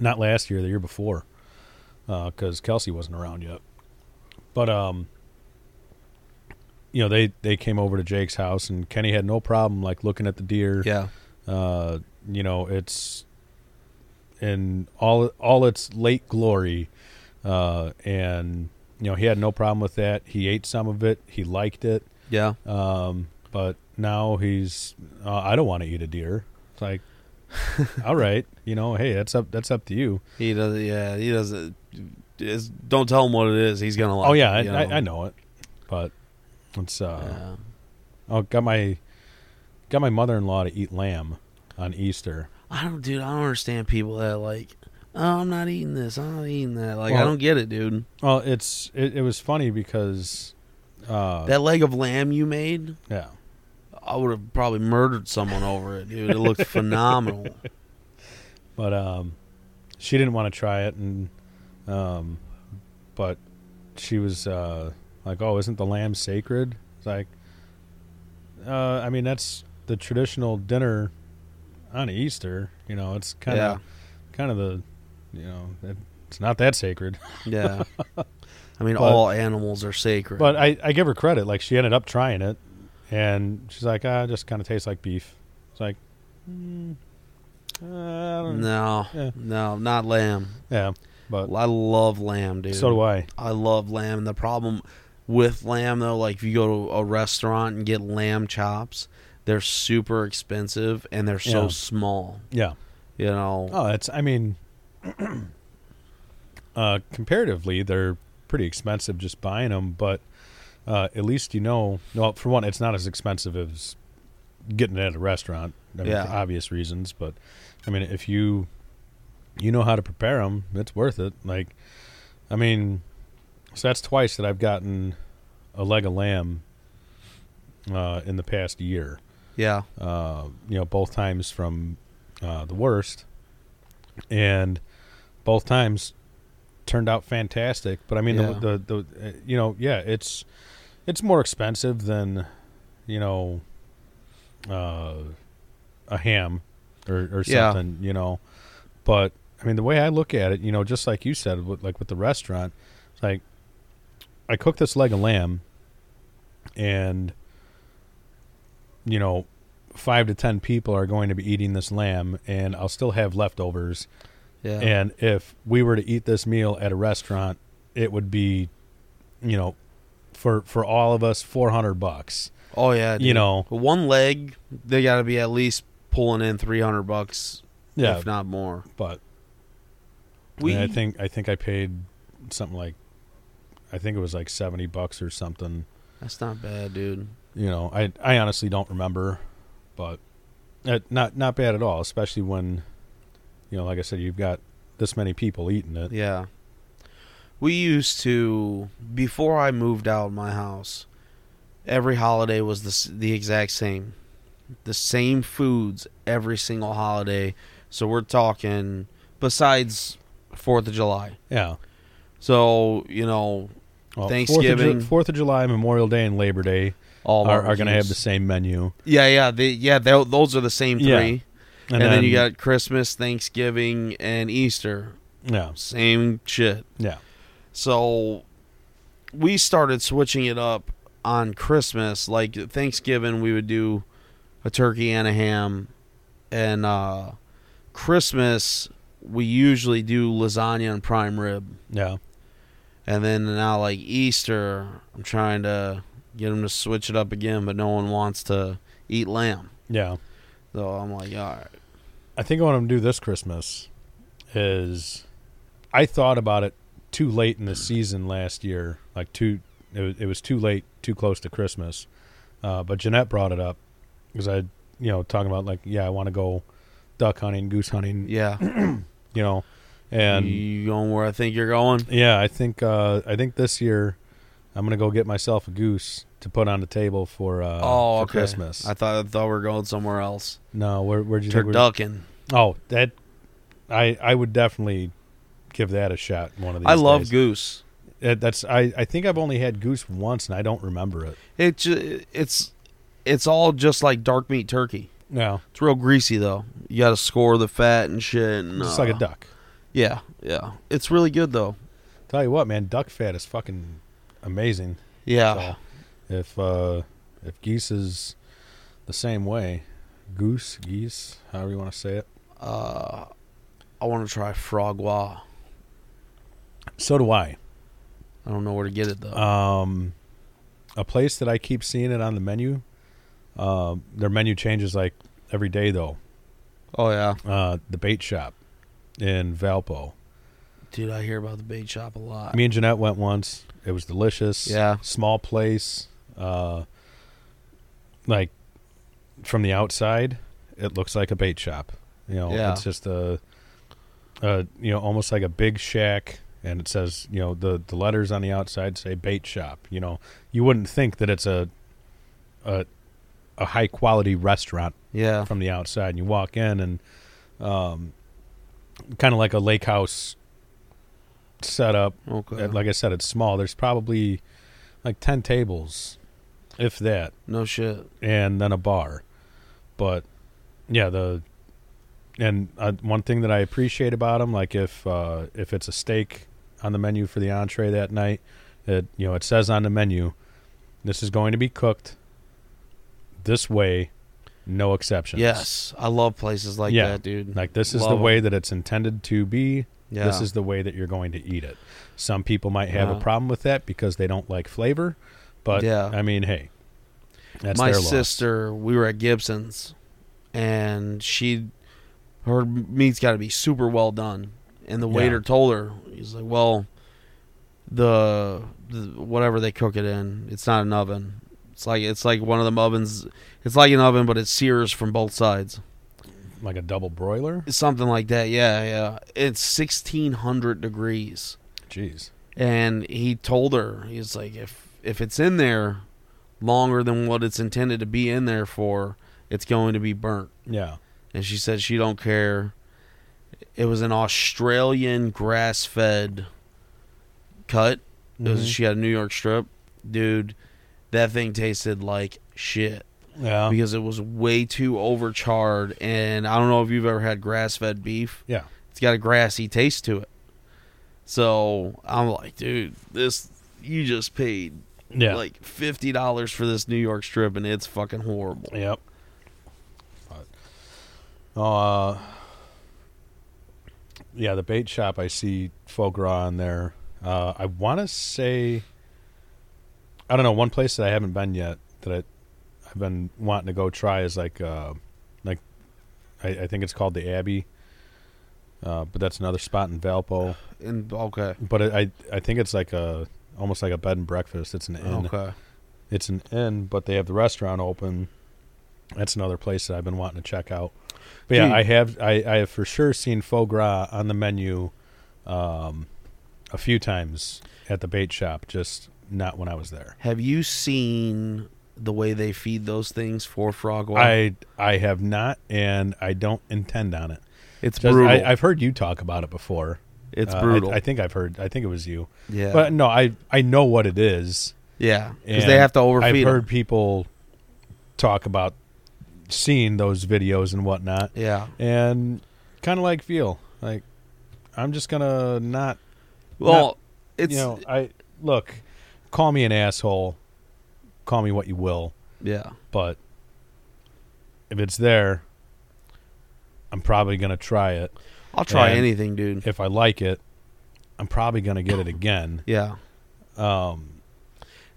Speaker 1: not last year, the year before, because Kelsey wasn't around yet, but um you know they they came over to Jake's house and Kenny had no problem like looking at the deer.
Speaker 2: Yeah.
Speaker 1: Uh, you know it's in all all its late glory, uh, and you know he had no problem with that. He ate some of it. He liked it.
Speaker 2: Yeah.
Speaker 1: Um, but now he's uh, I don't want to eat a deer. It's like all right, you know, hey, that's up that's up to you.
Speaker 2: He does. Yeah, he does. it. It's, don't tell him what it is. He's gonna like.
Speaker 1: oh yeah,
Speaker 2: it, you
Speaker 1: I, I, I know it, but it's uh,
Speaker 2: Yeah.
Speaker 1: oh got my got my mother in law to eat lamb on Easter.
Speaker 2: I don't, dude. I don't understand people that like. Oh, I'm not eating this. I'm not eating that. Like, I
Speaker 1: Well-
Speaker 2: don't get it, dude.
Speaker 1: Well, it's it, it was funny because uh,
Speaker 2: That leg of lamb you made,
Speaker 1: yeah,
Speaker 2: I would have probably murdered someone over it, dude. It looked phenomenal.
Speaker 1: but um, she didn't want to try it, and um, but she was uh, like, "Oh, isn't the lamb sacred?" It's like, uh, I mean, that's the traditional dinner on Easter. You know, it's kind of kind of the, you know, it, it's not that sacred.
Speaker 2: Yeah. I mean,
Speaker 1: But-
Speaker 2: all animals are sacred.
Speaker 1: But I, I give her credit. Like she ended up trying it, and she's like, "Ah, it just kind of tastes like beef." It's like, mm, uh, I don't know.
Speaker 2: no,
Speaker 1: Yeah.
Speaker 2: no, not lamb.
Speaker 1: yeah, but
Speaker 2: I love lamb, dude.
Speaker 1: so do I.
Speaker 2: I love lamb. The problem with lamb though, like if you go to a restaurant and get lamb chops, they're super expensive and they're so
Speaker 1: Yeah.
Speaker 2: small.
Speaker 1: Yeah.
Speaker 2: You know,
Speaker 1: Oh, it's. I mean, uh, comparatively, they're pretty expensive just buying them, but uh, at least you know. Well, for one, it's not as expensive as getting it at a restaurant. I mean,
Speaker 2: Yeah.
Speaker 1: for obvious reasons, but I mean, if you you know how to prepare them, it's worth it. Like, I mean, so that's twice that I've gotten a leg of lamb uh, in the past year
Speaker 2: yeah,
Speaker 1: uh, you know, both times from uh, the worst, and both times turned out fantastic. But I mean,
Speaker 2: Yeah.
Speaker 1: the, the the uh, you know, yeah, it's it's more expensive than you know uh, a ham or or
Speaker 2: Yeah.
Speaker 1: something, you know. But I mean, the way I look at it, you know, just like you said, with, like with the restaurant, it's like I cook this leg of lamb, and you know, five to ten people are going to be eating this lamb, and I'll still have leftovers.
Speaker 2: yeah,
Speaker 1: And if we were to eat this meal at a restaurant, it would be, you know, for for all of us, four hundred bucks.
Speaker 2: oh yeah.
Speaker 1: You
Speaker 2: dude.
Speaker 1: know,
Speaker 2: one leg they got to be at least pulling in three hundred bucks,
Speaker 1: yeah.
Speaker 2: if not more.
Speaker 1: But
Speaker 2: We,
Speaker 1: I think I think I paid something like, I think it was like seventy bucks or something.
Speaker 2: that's not bad, dude.
Speaker 1: you know, I I honestly don't remember, but uh, not not bad at all, especially when you know, like I said, you've got this many people eating it.
Speaker 2: Yeah. We used to before I moved out of my house. Every holiday was the s- the exact same, the same foods every single holiday. So we're talking besides Fourth of July.
Speaker 1: Yeah,
Speaker 2: So you know,
Speaker 1: well, Fourth
Speaker 2: Thanksgiving.
Speaker 1: of, Ju- Fourth of July, Memorial Day, and Labor Day
Speaker 2: all
Speaker 1: are, are going to have the
Speaker 2: barbecues.
Speaker 1: same menu,
Speaker 2: Yeah, yeah, they, yeah. they'll- Those are the same three.
Speaker 1: Yeah.
Speaker 2: And, then, you got Christmas, Thanksgiving, and Easter.
Speaker 1: yeah,
Speaker 2: Same shit.
Speaker 1: yeah,
Speaker 2: So we started switching it up on Christmas. Like Thanksgiving, we would do a turkey and a ham, and uh, Christmas we usually do lasagna and prime rib.
Speaker 1: yeah.
Speaker 2: And then now like Easter, I'm trying to get them to switch it up again, but no one wants to eat lamb.
Speaker 1: Yeah,
Speaker 2: So I'm like, all right,
Speaker 1: I think what I'm going to do this Christmas is I thought about it too late in the season last year, like too it was, it was too late, too close to Christmas. Uh, but Jeanette brought it up because I, you know, talking about like, yeah, I want to go duck hunting, goose hunting,
Speaker 2: yeah,
Speaker 1: you know, and
Speaker 2: you going where I think you're going?
Speaker 1: yeah, I think uh, I think this year I'm gonna go get myself a goose to put on the table for uh,
Speaker 2: oh,
Speaker 1: for
Speaker 2: okay.
Speaker 1: Christmas.
Speaker 2: I thought I thought we were going somewhere else.
Speaker 1: no, where where'd you think we're-
Speaker 2: Turducken.
Speaker 1: Oh, that I I would definitely give that a shot one of these
Speaker 2: I love
Speaker 1: days.
Speaker 2: goose.
Speaker 1: That- That's I I think I've only had goose once and I don't remember it.
Speaker 2: It ju- it's it's all just like dark meat turkey.
Speaker 1: No,
Speaker 2: It's real greasy though. You got to score the fat and shit. And,
Speaker 1: just
Speaker 2: uh,
Speaker 1: like a duck.
Speaker 2: Yeah, yeah. It's really good though.
Speaker 1: Tell you what, man, duck fat is fucking amazing.
Speaker 2: Yeah,
Speaker 1: So if uh if geese is the same way, goose, geese, however you want to say it.
Speaker 2: uh, I want to try frog wah.
Speaker 1: So do I.
Speaker 2: I don't know where to get it though.
Speaker 1: Um, a place that I uh, keep seeing it on the menu. Um, their menu changes like every day though.
Speaker 2: Oh yeah,
Speaker 1: uh, the bait shop in Valpo.
Speaker 2: dude, I hear about the bait shop a lot.
Speaker 1: Me and Jeanette went once. It was delicious.
Speaker 2: Yeah.
Speaker 1: Small place. Uh, like from the outside, it looks like a bait shop. You know,
Speaker 2: Yeah.
Speaker 1: it's just a, a, you know, almost like a big shack, and it says, you know, the the letters on the outside say bait shop. You know, you wouldn't think that it's a, a, a high quality restaurant
Speaker 2: yeah,
Speaker 1: from the outside, and you walk in, and um, kind of like a lake house setup.
Speaker 2: okay.
Speaker 1: Uh, Like I said, it's small. There's probably like ten tables, if that,
Speaker 2: no shit.
Speaker 1: and then a bar. But yeah, the and uh, one thing that I appreciate about them, like if uh, if it's a steak on the menu for the entree that night, it you know it says on the menu, this is going to be cooked this way, no exceptions.
Speaker 2: Yes, I love places like
Speaker 1: Yeah.
Speaker 2: that, dude.
Speaker 1: Like this is
Speaker 2: Love
Speaker 1: the
Speaker 2: 'em.
Speaker 1: way that it's intended to be.
Speaker 2: yeah,
Speaker 1: This is the way that you're going to eat it. Some people might have
Speaker 2: Yeah.
Speaker 1: a problem with that because they don't like flavor, but
Speaker 2: Yeah.
Speaker 1: I mean, hey, that's
Speaker 2: my
Speaker 1: their loss.
Speaker 2: sister. We were at Gibson's, and she, her meat's got to be super well done. And the
Speaker 1: Yeah.
Speaker 2: waiter told her, he's like, "Well, the, the whatever they cook it in, it's not an oven. It's like it's like one of them ovens. It's like an oven, but it sears from both sides.
Speaker 1: like a double broiler.
Speaker 2: Something like that. Yeah, yeah. It's sixteen hundred degrees."
Speaker 1: Jeez,
Speaker 2: and he told her he's like if if it's in there longer than what it's intended to be in there for it's going to be burnt
Speaker 1: yeah,
Speaker 2: and she said she don't care it was an australian grass fed cut it was,
Speaker 1: Mhm.
Speaker 2: she had a new york strip dude that thing tasted like shit
Speaker 1: yeah,
Speaker 2: because it was way too overcharred and i don't know if you've ever had grass fed beef
Speaker 1: yeah.
Speaker 2: it's got a grassy taste to it. So I'm like, dude, this you just paid
Speaker 1: Yeah.
Speaker 2: like fifty dollars for this New York strip, and it's fucking horrible.
Speaker 1: Yep. Uh, yeah, the bait shop. I see foie gras on there. Uh, I want to say, I don't know. One place that I haven't been yet that I, I've been wanting to go try is like, uh, like, I, I think it's called the Abbey. Uh, but that's another spot in Valpo.
Speaker 2: And okay,
Speaker 1: But I, I, I think it's like a almost like a bed and breakfast. It's an inn
Speaker 2: okay,
Speaker 1: it's an inn, but they have the restaurant open. That's another place that I've been wanting to check out. But yeah,
Speaker 2: Dude.
Speaker 1: I have I, I have for sure seen foie gras on the menu um, a few times at the bait shop, just not when I was there.
Speaker 2: have you seen the way they feed those things for frog oil?
Speaker 1: I I have not, and I don't intend on it.
Speaker 2: it's
Speaker 1: Just-
Speaker 2: brutal.
Speaker 1: I, I've heard you talk about it before.
Speaker 2: it's
Speaker 1: Uh, I-
Speaker 2: brutal.
Speaker 1: I, think I've heard. I think it was you.
Speaker 2: yeah,
Speaker 1: But no, I I know what it is.
Speaker 2: yeah, because
Speaker 1: and
Speaker 2: they have to
Speaker 1: I've
Speaker 2: overfeed. 'em.
Speaker 1: heard people talk about seeing those videos and whatnot.
Speaker 2: Yeah.
Speaker 1: and kind of like feel like I'm just gonna not.
Speaker 2: Well, it's
Speaker 1: you know, I look. Call me an asshole. Call me what you will,
Speaker 2: yeah.
Speaker 1: but if it's there, I'm probably gonna try it.
Speaker 2: I'll try
Speaker 1: And-
Speaker 2: anything, dude.
Speaker 1: If I like it, I'm probably gonna get it again.
Speaker 2: Yeah.
Speaker 1: Um,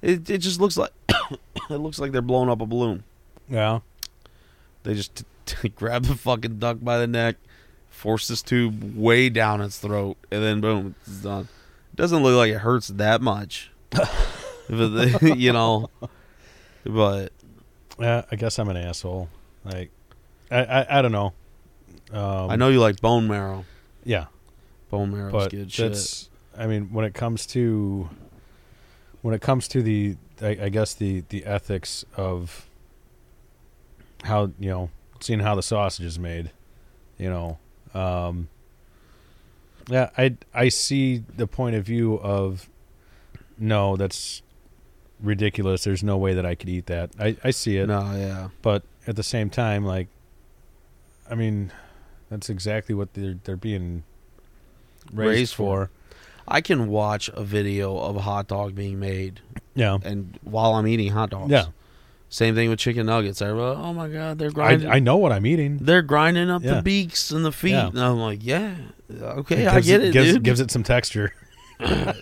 Speaker 2: It it just looks like it looks like they're blowing up a balloon.
Speaker 1: yeah,
Speaker 2: They just t- t- grab the fucking duck by the neck, force this tube way down its throat, and then boom, it's done. Doesn't look like it hurts that much, But they- you know. But
Speaker 1: yeah. Uh, I guess I'm an asshole. Like, I, I, I don't know. Um,
Speaker 2: I know you like bone marrow.
Speaker 1: Yeah,
Speaker 2: Bone marrow's
Speaker 1: but
Speaker 2: good shit.
Speaker 1: that's i mean when it comes to when it comes to the I, I guess the the ethics of how you know seeing how the sausage is made you know um yeah i i see the point of view of no that's ridiculous there's no way that i could eat that i i see it
Speaker 2: No, yeah,
Speaker 1: but at the same time, like, I mean, that's exactly what they're they're being raised,
Speaker 2: Raised for.
Speaker 1: for.
Speaker 2: I can watch a video of a hot dog being made,
Speaker 1: Yeah,
Speaker 2: and while I'm eating hot dogs,
Speaker 1: yeah.
Speaker 2: Same thing with chicken nuggets. Everybody, oh my god, they're
Speaker 1: I,
Speaker 2: grinding.
Speaker 1: I know what I'm eating.
Speaker 2: they're grinding up
Speaker 1: Yeah.
Speaker 2: the beaks and the feet,
Speaker 1: Yeah.
Speaker 2: and I'm like, yeah, okay,
Speaker 1: gives,
Speaker 2: I get it,
Speaker 1: Gives,
Speaker 2: dude.
Speaker 1: gives it some texture.
Speaker 2: I'm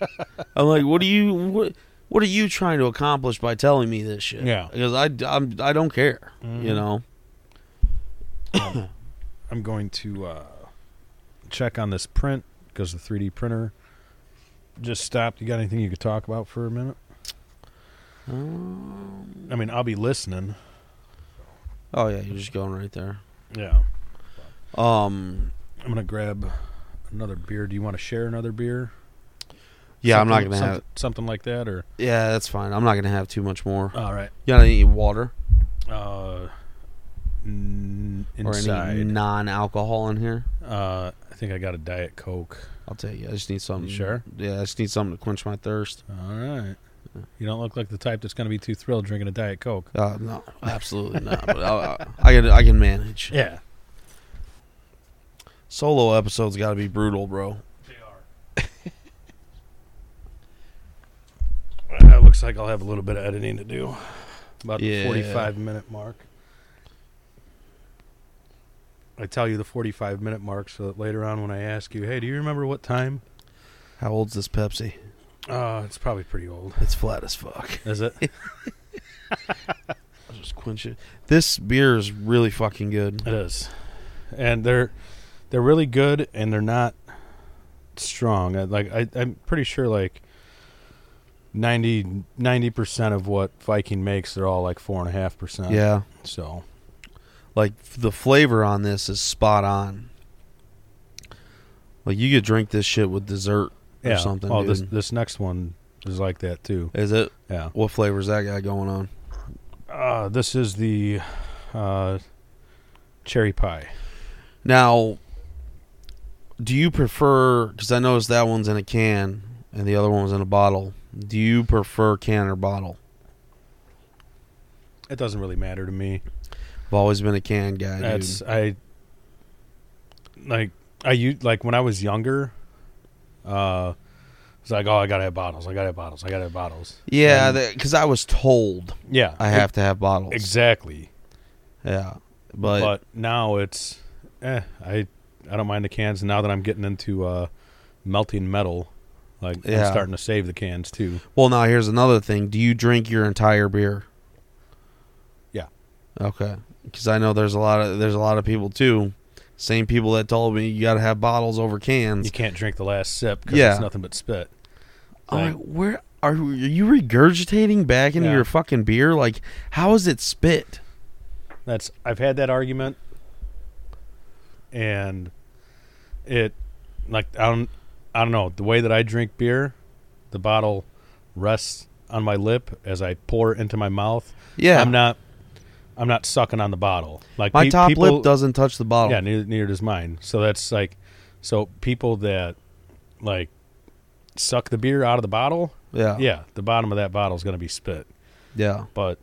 Speaker 2: like, what are you what What are you trying to accomplish by telling me this shit?
Speaker 1: Yeah. Mm-hmm.
Speaker 2: because I I'm, I don't care, you know.
Speaker 1: I'm going to uh, check on this print because the 3D printer just stopped. You got anything you could talk about for a minute?
Speaker 2: Um,
Speaker 1: I mean, I'll be listening.
Speaker 2: oh yeah, you're just going right there.
Speaker 1: Yeah.
Speaker 2: Um,
Speaker 1: I'm gonna grab another beer. Do you want to share another beer?
Speaker 2: yeah, I'm not
Speaker 1: Something-
Speaker 2: gonna have.
Speaker 1: something, something like that, or
Speaker 2: Yeah, that's fine. I'm not gonna have too much more.
Speaker 1: all right.
Speaker 2: You got any water
Speaker 1: Uh, n-
Speaker 2: or any
Speaker 1: inside,
Speaker 2: non-alcohol in here?
Speaker 1: uh, I think I got a diet coke.
Speaker 2: I'll tell you. I just need something.
Speaker 1: sure?
Speaker 2: Yeah, I just need something to quench my thirst.
Speaker 1: All right. You don't look like the type that's gonna be too thrilled drinking a diet coke.
Speaker 2: Uh, no, absolutely not. But I, I, I can I can manage.
Speaker 1: Yeah.
Speaker 2: Solo episodes got to be brutal, bro.
Speaker 1: They are. It looks like I'll have a little bit of editing to do. About
Speaker 2: Yeah.
Speaker 1: the 45 minute mark. I tell you the 45 minute mark so that later on when I ask you, hey, do you remember what time?
Speaker 2: How old's this Pepsi?
Speaker 1: Uh, it's probably pretty old.
Speaker 2: It's flat as fuck.
Speaker 1: Is it? it
Speaker 2: I'll just quench it. This beer is really fucking good.
Speaker 1: is. And they're they're really good and they're not strong. I, like I, I'm pretty sure like 90 percent of what Viking makes, they're all like four and a half percent.
Speaker 2: Yeah,
Speaker 1: So
Speaker 2: like f- the flavor on this is spot on. Like you could drink this shit with dessert or something.
Speaker 1: Oh, this
Speaker 2: dude.
Speaker 1: this next one is like that too.
Speaker 2: is it?
Speaker 1: Yeah.
Speaker 2: What flavor's that guy going on?
Speaker 1: Uh, this is the uh, cherry pie.
Speaker 2: Now, do you prefer? Because I noticed that one's in a can and the other one was in a bottle. Do you prefer can or bottle?
Speaker 1: It doesn't really matter to me.
Speaker 2: I've always been a can guy.
Speaker 1: That's
Speaker 2: dude.
Speaker 1: I like I u- like when I was younger. Uh, it's like oh, I gotta have bottles. I gotta have bottles. I gotta have bottles.
Speaker 2: Yeah,
Speaker 1: And-
Speaker 2: because I was told
Speaker 1: yeah, e,
Speaker 2: I have to have bottles.
Speaker 1: exactly.
Speaker 2: Yeah, but,
Speaker 1: but now it's eh, I I don't mind the cans. Now that I'm getting into uh, melting metal, like
Speaker 2: Yeah.
Speaker 1: I'm starting to save the cans too.
Speaker 2: well, now here's another thing. Do you drink your entire beer?
Speaker 1: Yeah.
Speaker 2: Okay, because I know there's a lot of there's a lot of people too. Same people that told me you got to have bottles over
Speaker 1: You
Speaker 2: cans.
Speaker 1: can't drink the last sip because
Speaker 2: Yeah.
Speaker 1: it's nothing but spit.
Speaker 2: All right, where are, are you regurgitating back into
Speaker 1: Yeah.
Speaker 2: your fucking beer? Like, how is it spit?
Speaker 1: That's I've had that argument, and it like I don't I don't know the way that I drink beer, the bottle rests on my lip as I pour it into my mouth.
Speaker 2: Yeah,
Speaker 1: I'm not I'm not sucking on the bottle. Like
Speaker 2: my
Speaker 1: pe-
Speaker 2: top
Speaker 1: people,
Speaker 2: lip doesn't touch the bottle.
Speaker 1: Yeah, neither, neither does mine. So that's like, so people that like suck the beer out of the bottle,
Speaker 2: yeah,
Speaker 1: yeah, the bottom of that bottle is going to be spit.
Speaker 2: yeah.
Speaker 1: but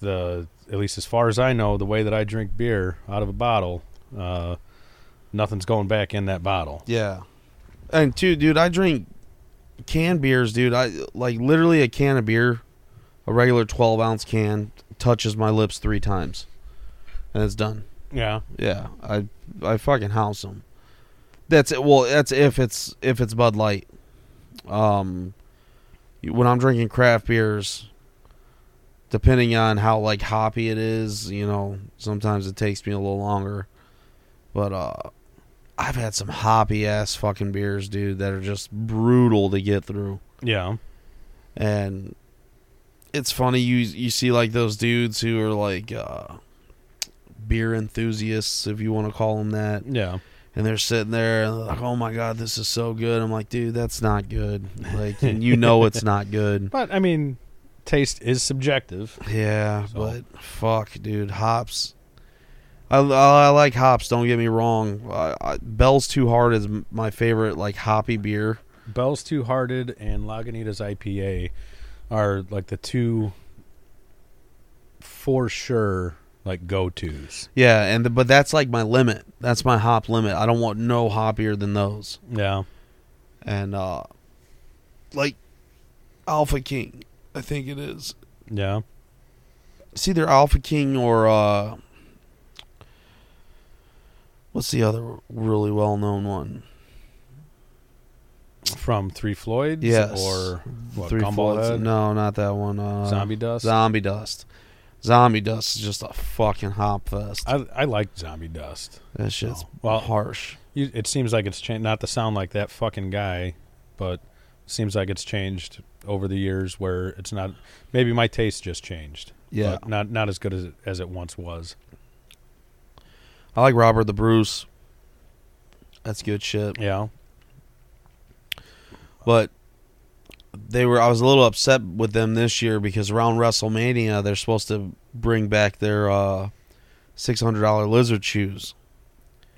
Speaker 1: the at least as far as I know, the way that I drink beer out of a bottle, uh, nothing's going back in that bottle.
Speaker 2: Yeah. And two, dude, I drink canned beers, dude. I like literally a can of beer, a regular twelve ounce can, touches my lips three times, and it's done.
Speaker 1: Yeah,
Speaker 2: Yeah, I I fucking house them. That's it. Well, that's if it's if it's Bud Light. Um, when I'm drinking craft beers, depending on how like hoppy it is, you know, sometimes it takes me a little longer. But uh, I've had some hoppy ass fucking beers, dude, that are just brutal to get through
Speaker 1: yeah,
Speaker 2: and it's funny you you see like those dudes who are like uh, beer enthusiasts, if you want to call them that,
Speaker 1: yeah.
Speaker 2: and they're sitting there and they're like, "Oh my god, this is so good." I'm like, "Dude, that's not good." Like, and you know it's not good.
Speaker 1: But I mean, taste is subjective.
Speaker 2: Yeah,
Speaker 1: So-
Speaker 2: but fuck, dude, hops. I, I I like hops. Don't get me wrong. I, I, Bell's Too Hard is m- my favorite like hoppy beer.
Speaker 1: Bell's Two Hearted and Lagunitas IPA are like the two for sure like go tos.
Speaker 2: Yeah, and the, but that's like my limit. That's my hop limit. I don't want no hoppier than those.
Speaker 1: Yeah,
Speaker 2: and uh like Alpha King, I think it is.
Speaker 1: yeah.
Speaker 2: It's either Alpha King or uh what's the other really well known one?
Speaker 1: From Three Floyds,
Speaker 2: Yes.
Speaker 1: or what,
Speaker 2: Three
Speaker 1: Gumball
Speaker 2: Floyds-
Speaker 1: Head?
Speaker 2: No, not that one. Uh,
Speaker 1: Zombie Dust.
Speaker 2: Zombie Dust. Zombie Dust is just a fucking hop fest.
Speaker 1: I, I like zombie dust.
Speaker 2: That shit's
Speaker 1: Well,
Speaker 2: harsh.
Speaker 1: You, it seems like it's changed. Not to sound like that fucking guy, but it seems like it's changed over the years. Where it's not. Maybe my taste just changed.
Speaker 2: Yeah,
Speaker 1: but not not as good as it, as it once was.
Speaker 2: I like Robert the Bruce. That's good shit.
Speaker 1: Yeah.
Speaker 2: But they were. I was a little upset with them this year because around WrestleMania they're supposed to bring back their uh, six hundred dollar lizard shoes,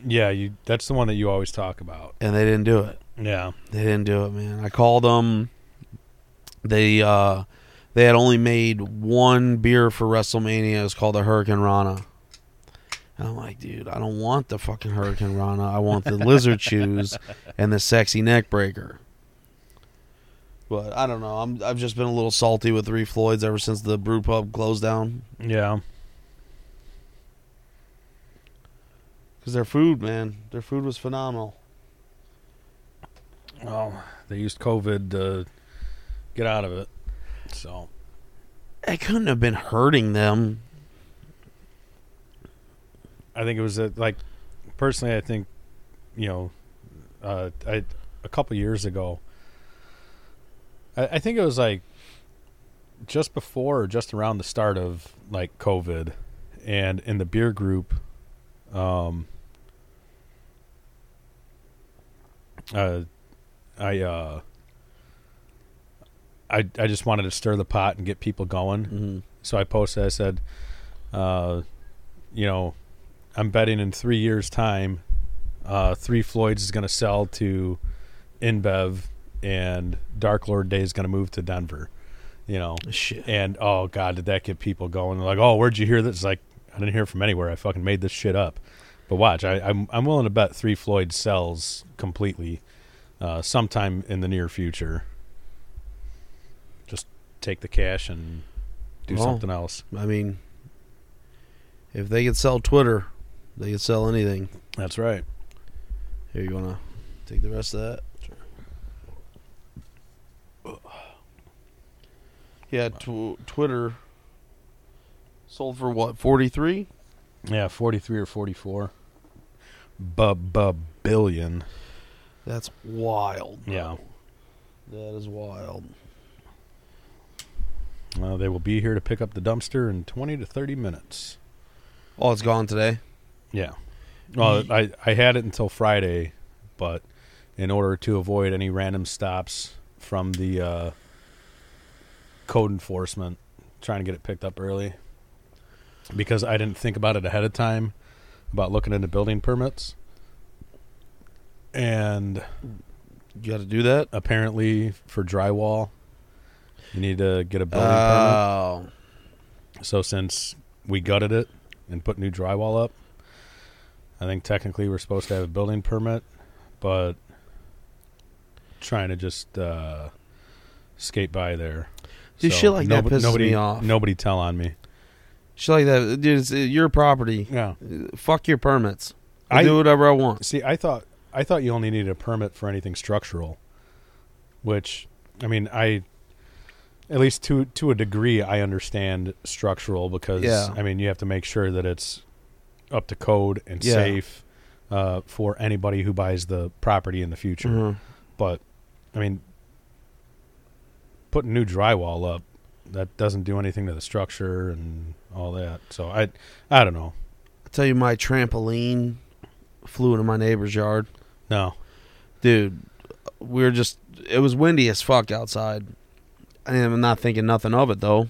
Speaker 1: Yeah. You. That's the one that you always talk about.
Speaker 2: and they didn't do it.
Speaker 1: Yeah.
Speaker 2: They didn't do it, man. I called them. They uh, they had only made one beer for WrestleMania. It was called the Hurricane Rana. And I'm like, dude, I don't want the fucking Hurricane Rana. I want the lizard shoes and the sexy neck breaker. But I don't know. I'm I've just been a little salty with Three Floyds ever since the brew pub closed down
Speaker 1: Yeah.
Speaker 2: because their food, man, their food was phenomenal.
Speaker 1: Well, they used COVID to get out of it. So
Speaker 2: It couldn't have been hurting them.
Speaker 1: I think it was a, like personally, I think you know, uh, I a couple years ago, I, I think it was like just before or just around the start of like COVID, and in the beer group, um, uh, I uh. I, I just wanted to stir the pot and get people going.
Speaker 2: Mm-hmm.
Speaker 1: So I posted, I said, uh, you know, I'm betting in three years' time, uh, Three Floyds is going to sell to InBev and Dark Lord Day is going to move to Denver, you know.
Speaker 2: Shit.
Speaker 1: And oh, God, did that get people going? They're like, oh, where'd you hear this? It's like, I didn't hear it from anywhere. I fucking made this shit up. But watch, I, I'm, I'm willing to bet Three Floyd sells completely uh, sometime in the near future. Just take the cash and do
Speaker 2: Well,
Speaker 1: something else.
Speaker 2: I mean, if they could sell Twitter, they could sell anything.
Speaker 1: That's right.
Speaker 2: Here, you want to take the rest of that? Sure. Yeah, tw- Twitter sold for what, 43?
Speaker 1: Yeah, 43 or 44. Bu bu billion.
Speaker 2: That's wild. bro.
Speaker 1: Yeah.
Speaker 2: That is wild.
Speaker 1: Uh, they will be here to pick up the dumpster in 20 to 30 minutes.
Speaker 2: Oh, it's gone today?
Speaker 1: Yeah. Well, I, I had it until Friday, but in order to avoid any random stops from the uh, code enforcement, trying to get it picked up early because I didn't think about it ahead of time about looking into building permits. And
Speaker 2: You got to do that?
Speaker 1: apparently for drywall you need to get a
Speaker 2: Oh.
Speaker 1: building permit so since we gutted it and put new drywall up i think technically we're supposed to have a building permit but trying to just uh skate by there
Speaker 2: Dude, shit like that
Speaker 1: nobo-
Speaker 2: pisses
Speaker 1: nobody,
Speaker 2: me off.
Speaker 1: nobody tell on me
Speaker 2: Shit like that. Dude, it's uh, your property.
Speaker 1: yeah
Speaker 2: Uh, Fuck your permits. I
Speaker 1: I-
Speaker 2: do whatever I want.
Speaker 1: See, I thought I thought you only needed a permit for anything structural, which I mean, I at least to to a degree I understand structural because
Speaker 2: Yeah.
Speaker 1: I mean you have to make sure that it's up to code and
Speaker 2: Yeah.
Speaker 1: safe uh, for anybody who buys the property in the future.
Speaker 2: Mhm.
Speaker 1: But I mean, putting new drywall up that doesn't do anything to the structure and all that. So I I don't know.
Speaker 2: I tell you, my trampoline flew into my neighbor's yard.
Speaker 1: No,
Speaker 2: Dude, we were just, it was windy as fuck outside. And I'm not thinking nothing of it, though.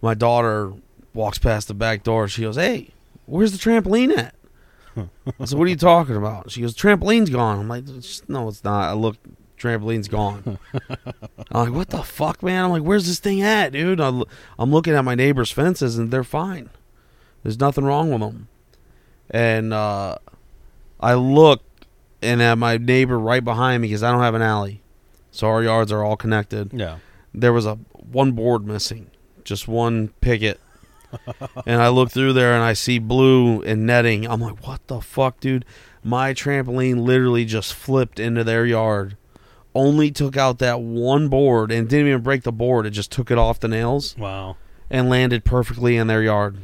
Speaker 2: My daughter walks past the back door. She goes, Hey, where's the trampoline at? I said, What are you talking about? She goes, Trampoline's gone. I'm like, "It's- No, it's not. I look, trampoline's gone. I'm like, What the fuck, man? I'm like, Where's this thing at, dude? I l- I'm looking at my neighbor's fences and they're fine. There's nothing wrong with them. And uh, I look and at my neighbor right behind me because I don't have an alley. So our yards are all connected.
Speaker 1: yeah,
Speaker 2: There was a one board missing, just one picket. and I look through there and I see blue and netting. I'm like, what the fuck, dude? My trampoline literally just flipped into their yard. Only took out that one board and didn't even break the board. It just took it off the nails
Speaker 1: wow,
Speaker 2: and landed perfectly in their yard.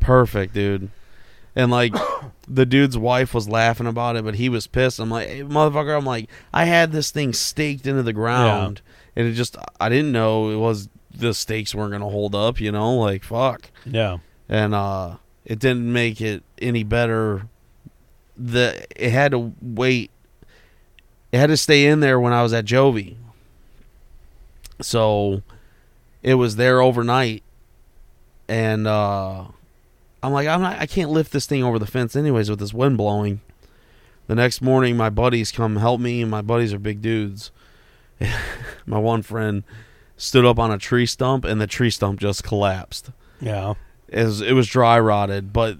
Speaker 2: Perfect, dude. And like the dude's wife was laughing about it, but he was pissed. I'm like, hey, motherfucker, I'm like, I had this thing staked into the ground and it just I didn't know it was the stakes weren't gonna hold up, you know, like fuck.
Speaker 1: Yeah.
Speaker 2: And uh it didn't make it any better. The it had to wait it had to stay in there when I was at Jovi. So it was there overnight and uh I'm like I'm not I can't lift this thing over the fence anyways with this wind blowing. The next morning my buddies come help me and my buddies are big dudes. my one friend stood up on a tree stump and the tree stump just collapsed.
Speaker 1: Yeah.
Speaker 2: It was, it was dry rotted, but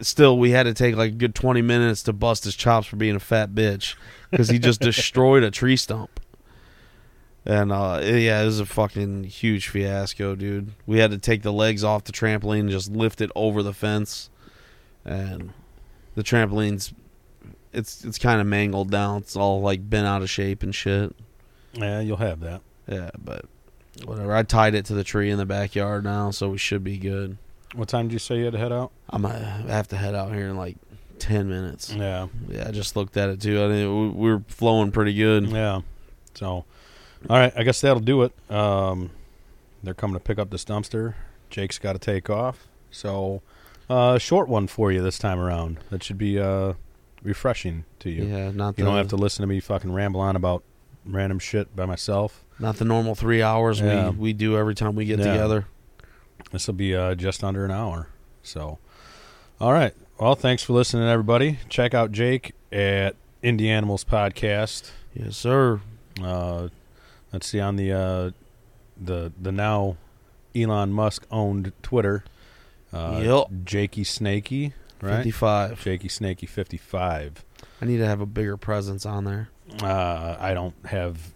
Speaker 2: still we had to take like a good 20 minutes to bust his chops for being a fat bitch cuz he just destroyed a tree stump. And uh yeah, it was a fucking huge fiasco, dude. We had to take the legs off the trampoline and just lift it over the fence. And the trampoline's it's it's kind of mangled down. It's all like bent out of shape and shit.
Speaker 1: Yeah, you'll have that.
Speaker 2: Yeah, but whatever. I tied it to the tree in the backyard now, so we should be good.
Speaker 1: What time did you say you had to head out?
Speaker 2: I'm gonna have to head out here in like ten minutes.
Speaker 1: Yeah.
Speaker 2: Yeah, I just looked at it too. I mean, we we we're flowing pretty good.
Speaker 1: Yeah. So, all right. I guess that'll do it. Um, they're coming to pick up this dumpster. Jake's got to take off. So, uh, short one for you this time around. That should be uh, refreshing to you.
Speaker 2: Yeah, not the,
Speaker 1: You don't have to listen to me fucking ramble on about random shit by myself.
Speaker 2: not the normal three hours
Speaker 1: Yeah.
Speaker 2: we we do every time we get
Speaker 1: Yeah.
Speaker 2: together.
Speaker 1: This will be uh, just under an hour. So, all right. Well, thanks for listening, everybody. Check out Jake at Indie Animals Podcast.
Speaker 2: Yes, sir.
Speaker 1: Uh, let's see on the uh, the the now Elon Musk owned Twitter. Uh,
Speaker 2: Yep.
Speaker 1: Jakey Snakey, right?
Speaker 2: Fifty-five.
Speaker 1: Jakey Snakey fifty five.
Speaker 2: I need to have a bigger presence on there.
Speaker 1: Uh, I don't have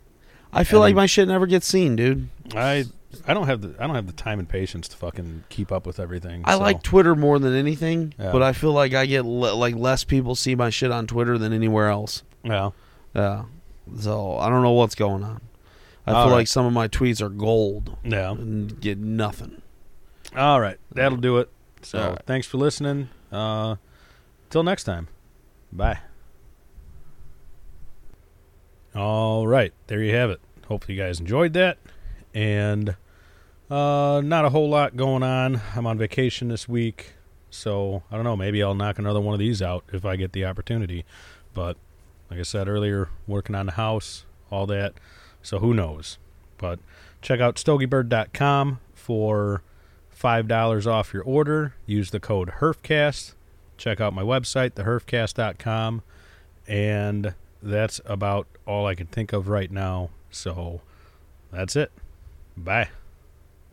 Speaker 2: I feel
Speaker 1: And-
Speaker 2: like my shit never gets seen, dude.
Speaker 1: I I don't have the I don't have the time and patience to fucking keep up with everything.
Speaker 2: I
Speaker 1: so-
Speaker 2: like Twitter more than anything,
Speaker 1: Yeah.
Speaker 2: but I feel like I get le- like less people see my shit on Twitter than anywhere else.
Speaker 1: yeah.
Speaker 2: Yeah. So I don't know what's going on. I
Speaker 1: All
Speaker 2: feel
Speaker 1: right.
Speaker 2: like some of my tweets are gold
Speaker 1: Yeah.
Speaker 2: and get nothing.
Speaker 1: All right, that'll do it. So
Speaker 2: All right.
Speaker 1: thanks for listening. Uh, till next time, bye. All right, there you have it. Hopefully you guys enjoyed that, and uh, not a whole lot going on. I'm on vacation this week, so I don't know. Maybe I'll knock another one of these out if I get the opportunity. But like I said earlier, working on the house, all that. So who knows? But check out StogieBird.com for $5 off your order. Use the code HERFCAST. Check out my website, theherfcast.com. And that's about all I can think of right now. So that's it. Bye.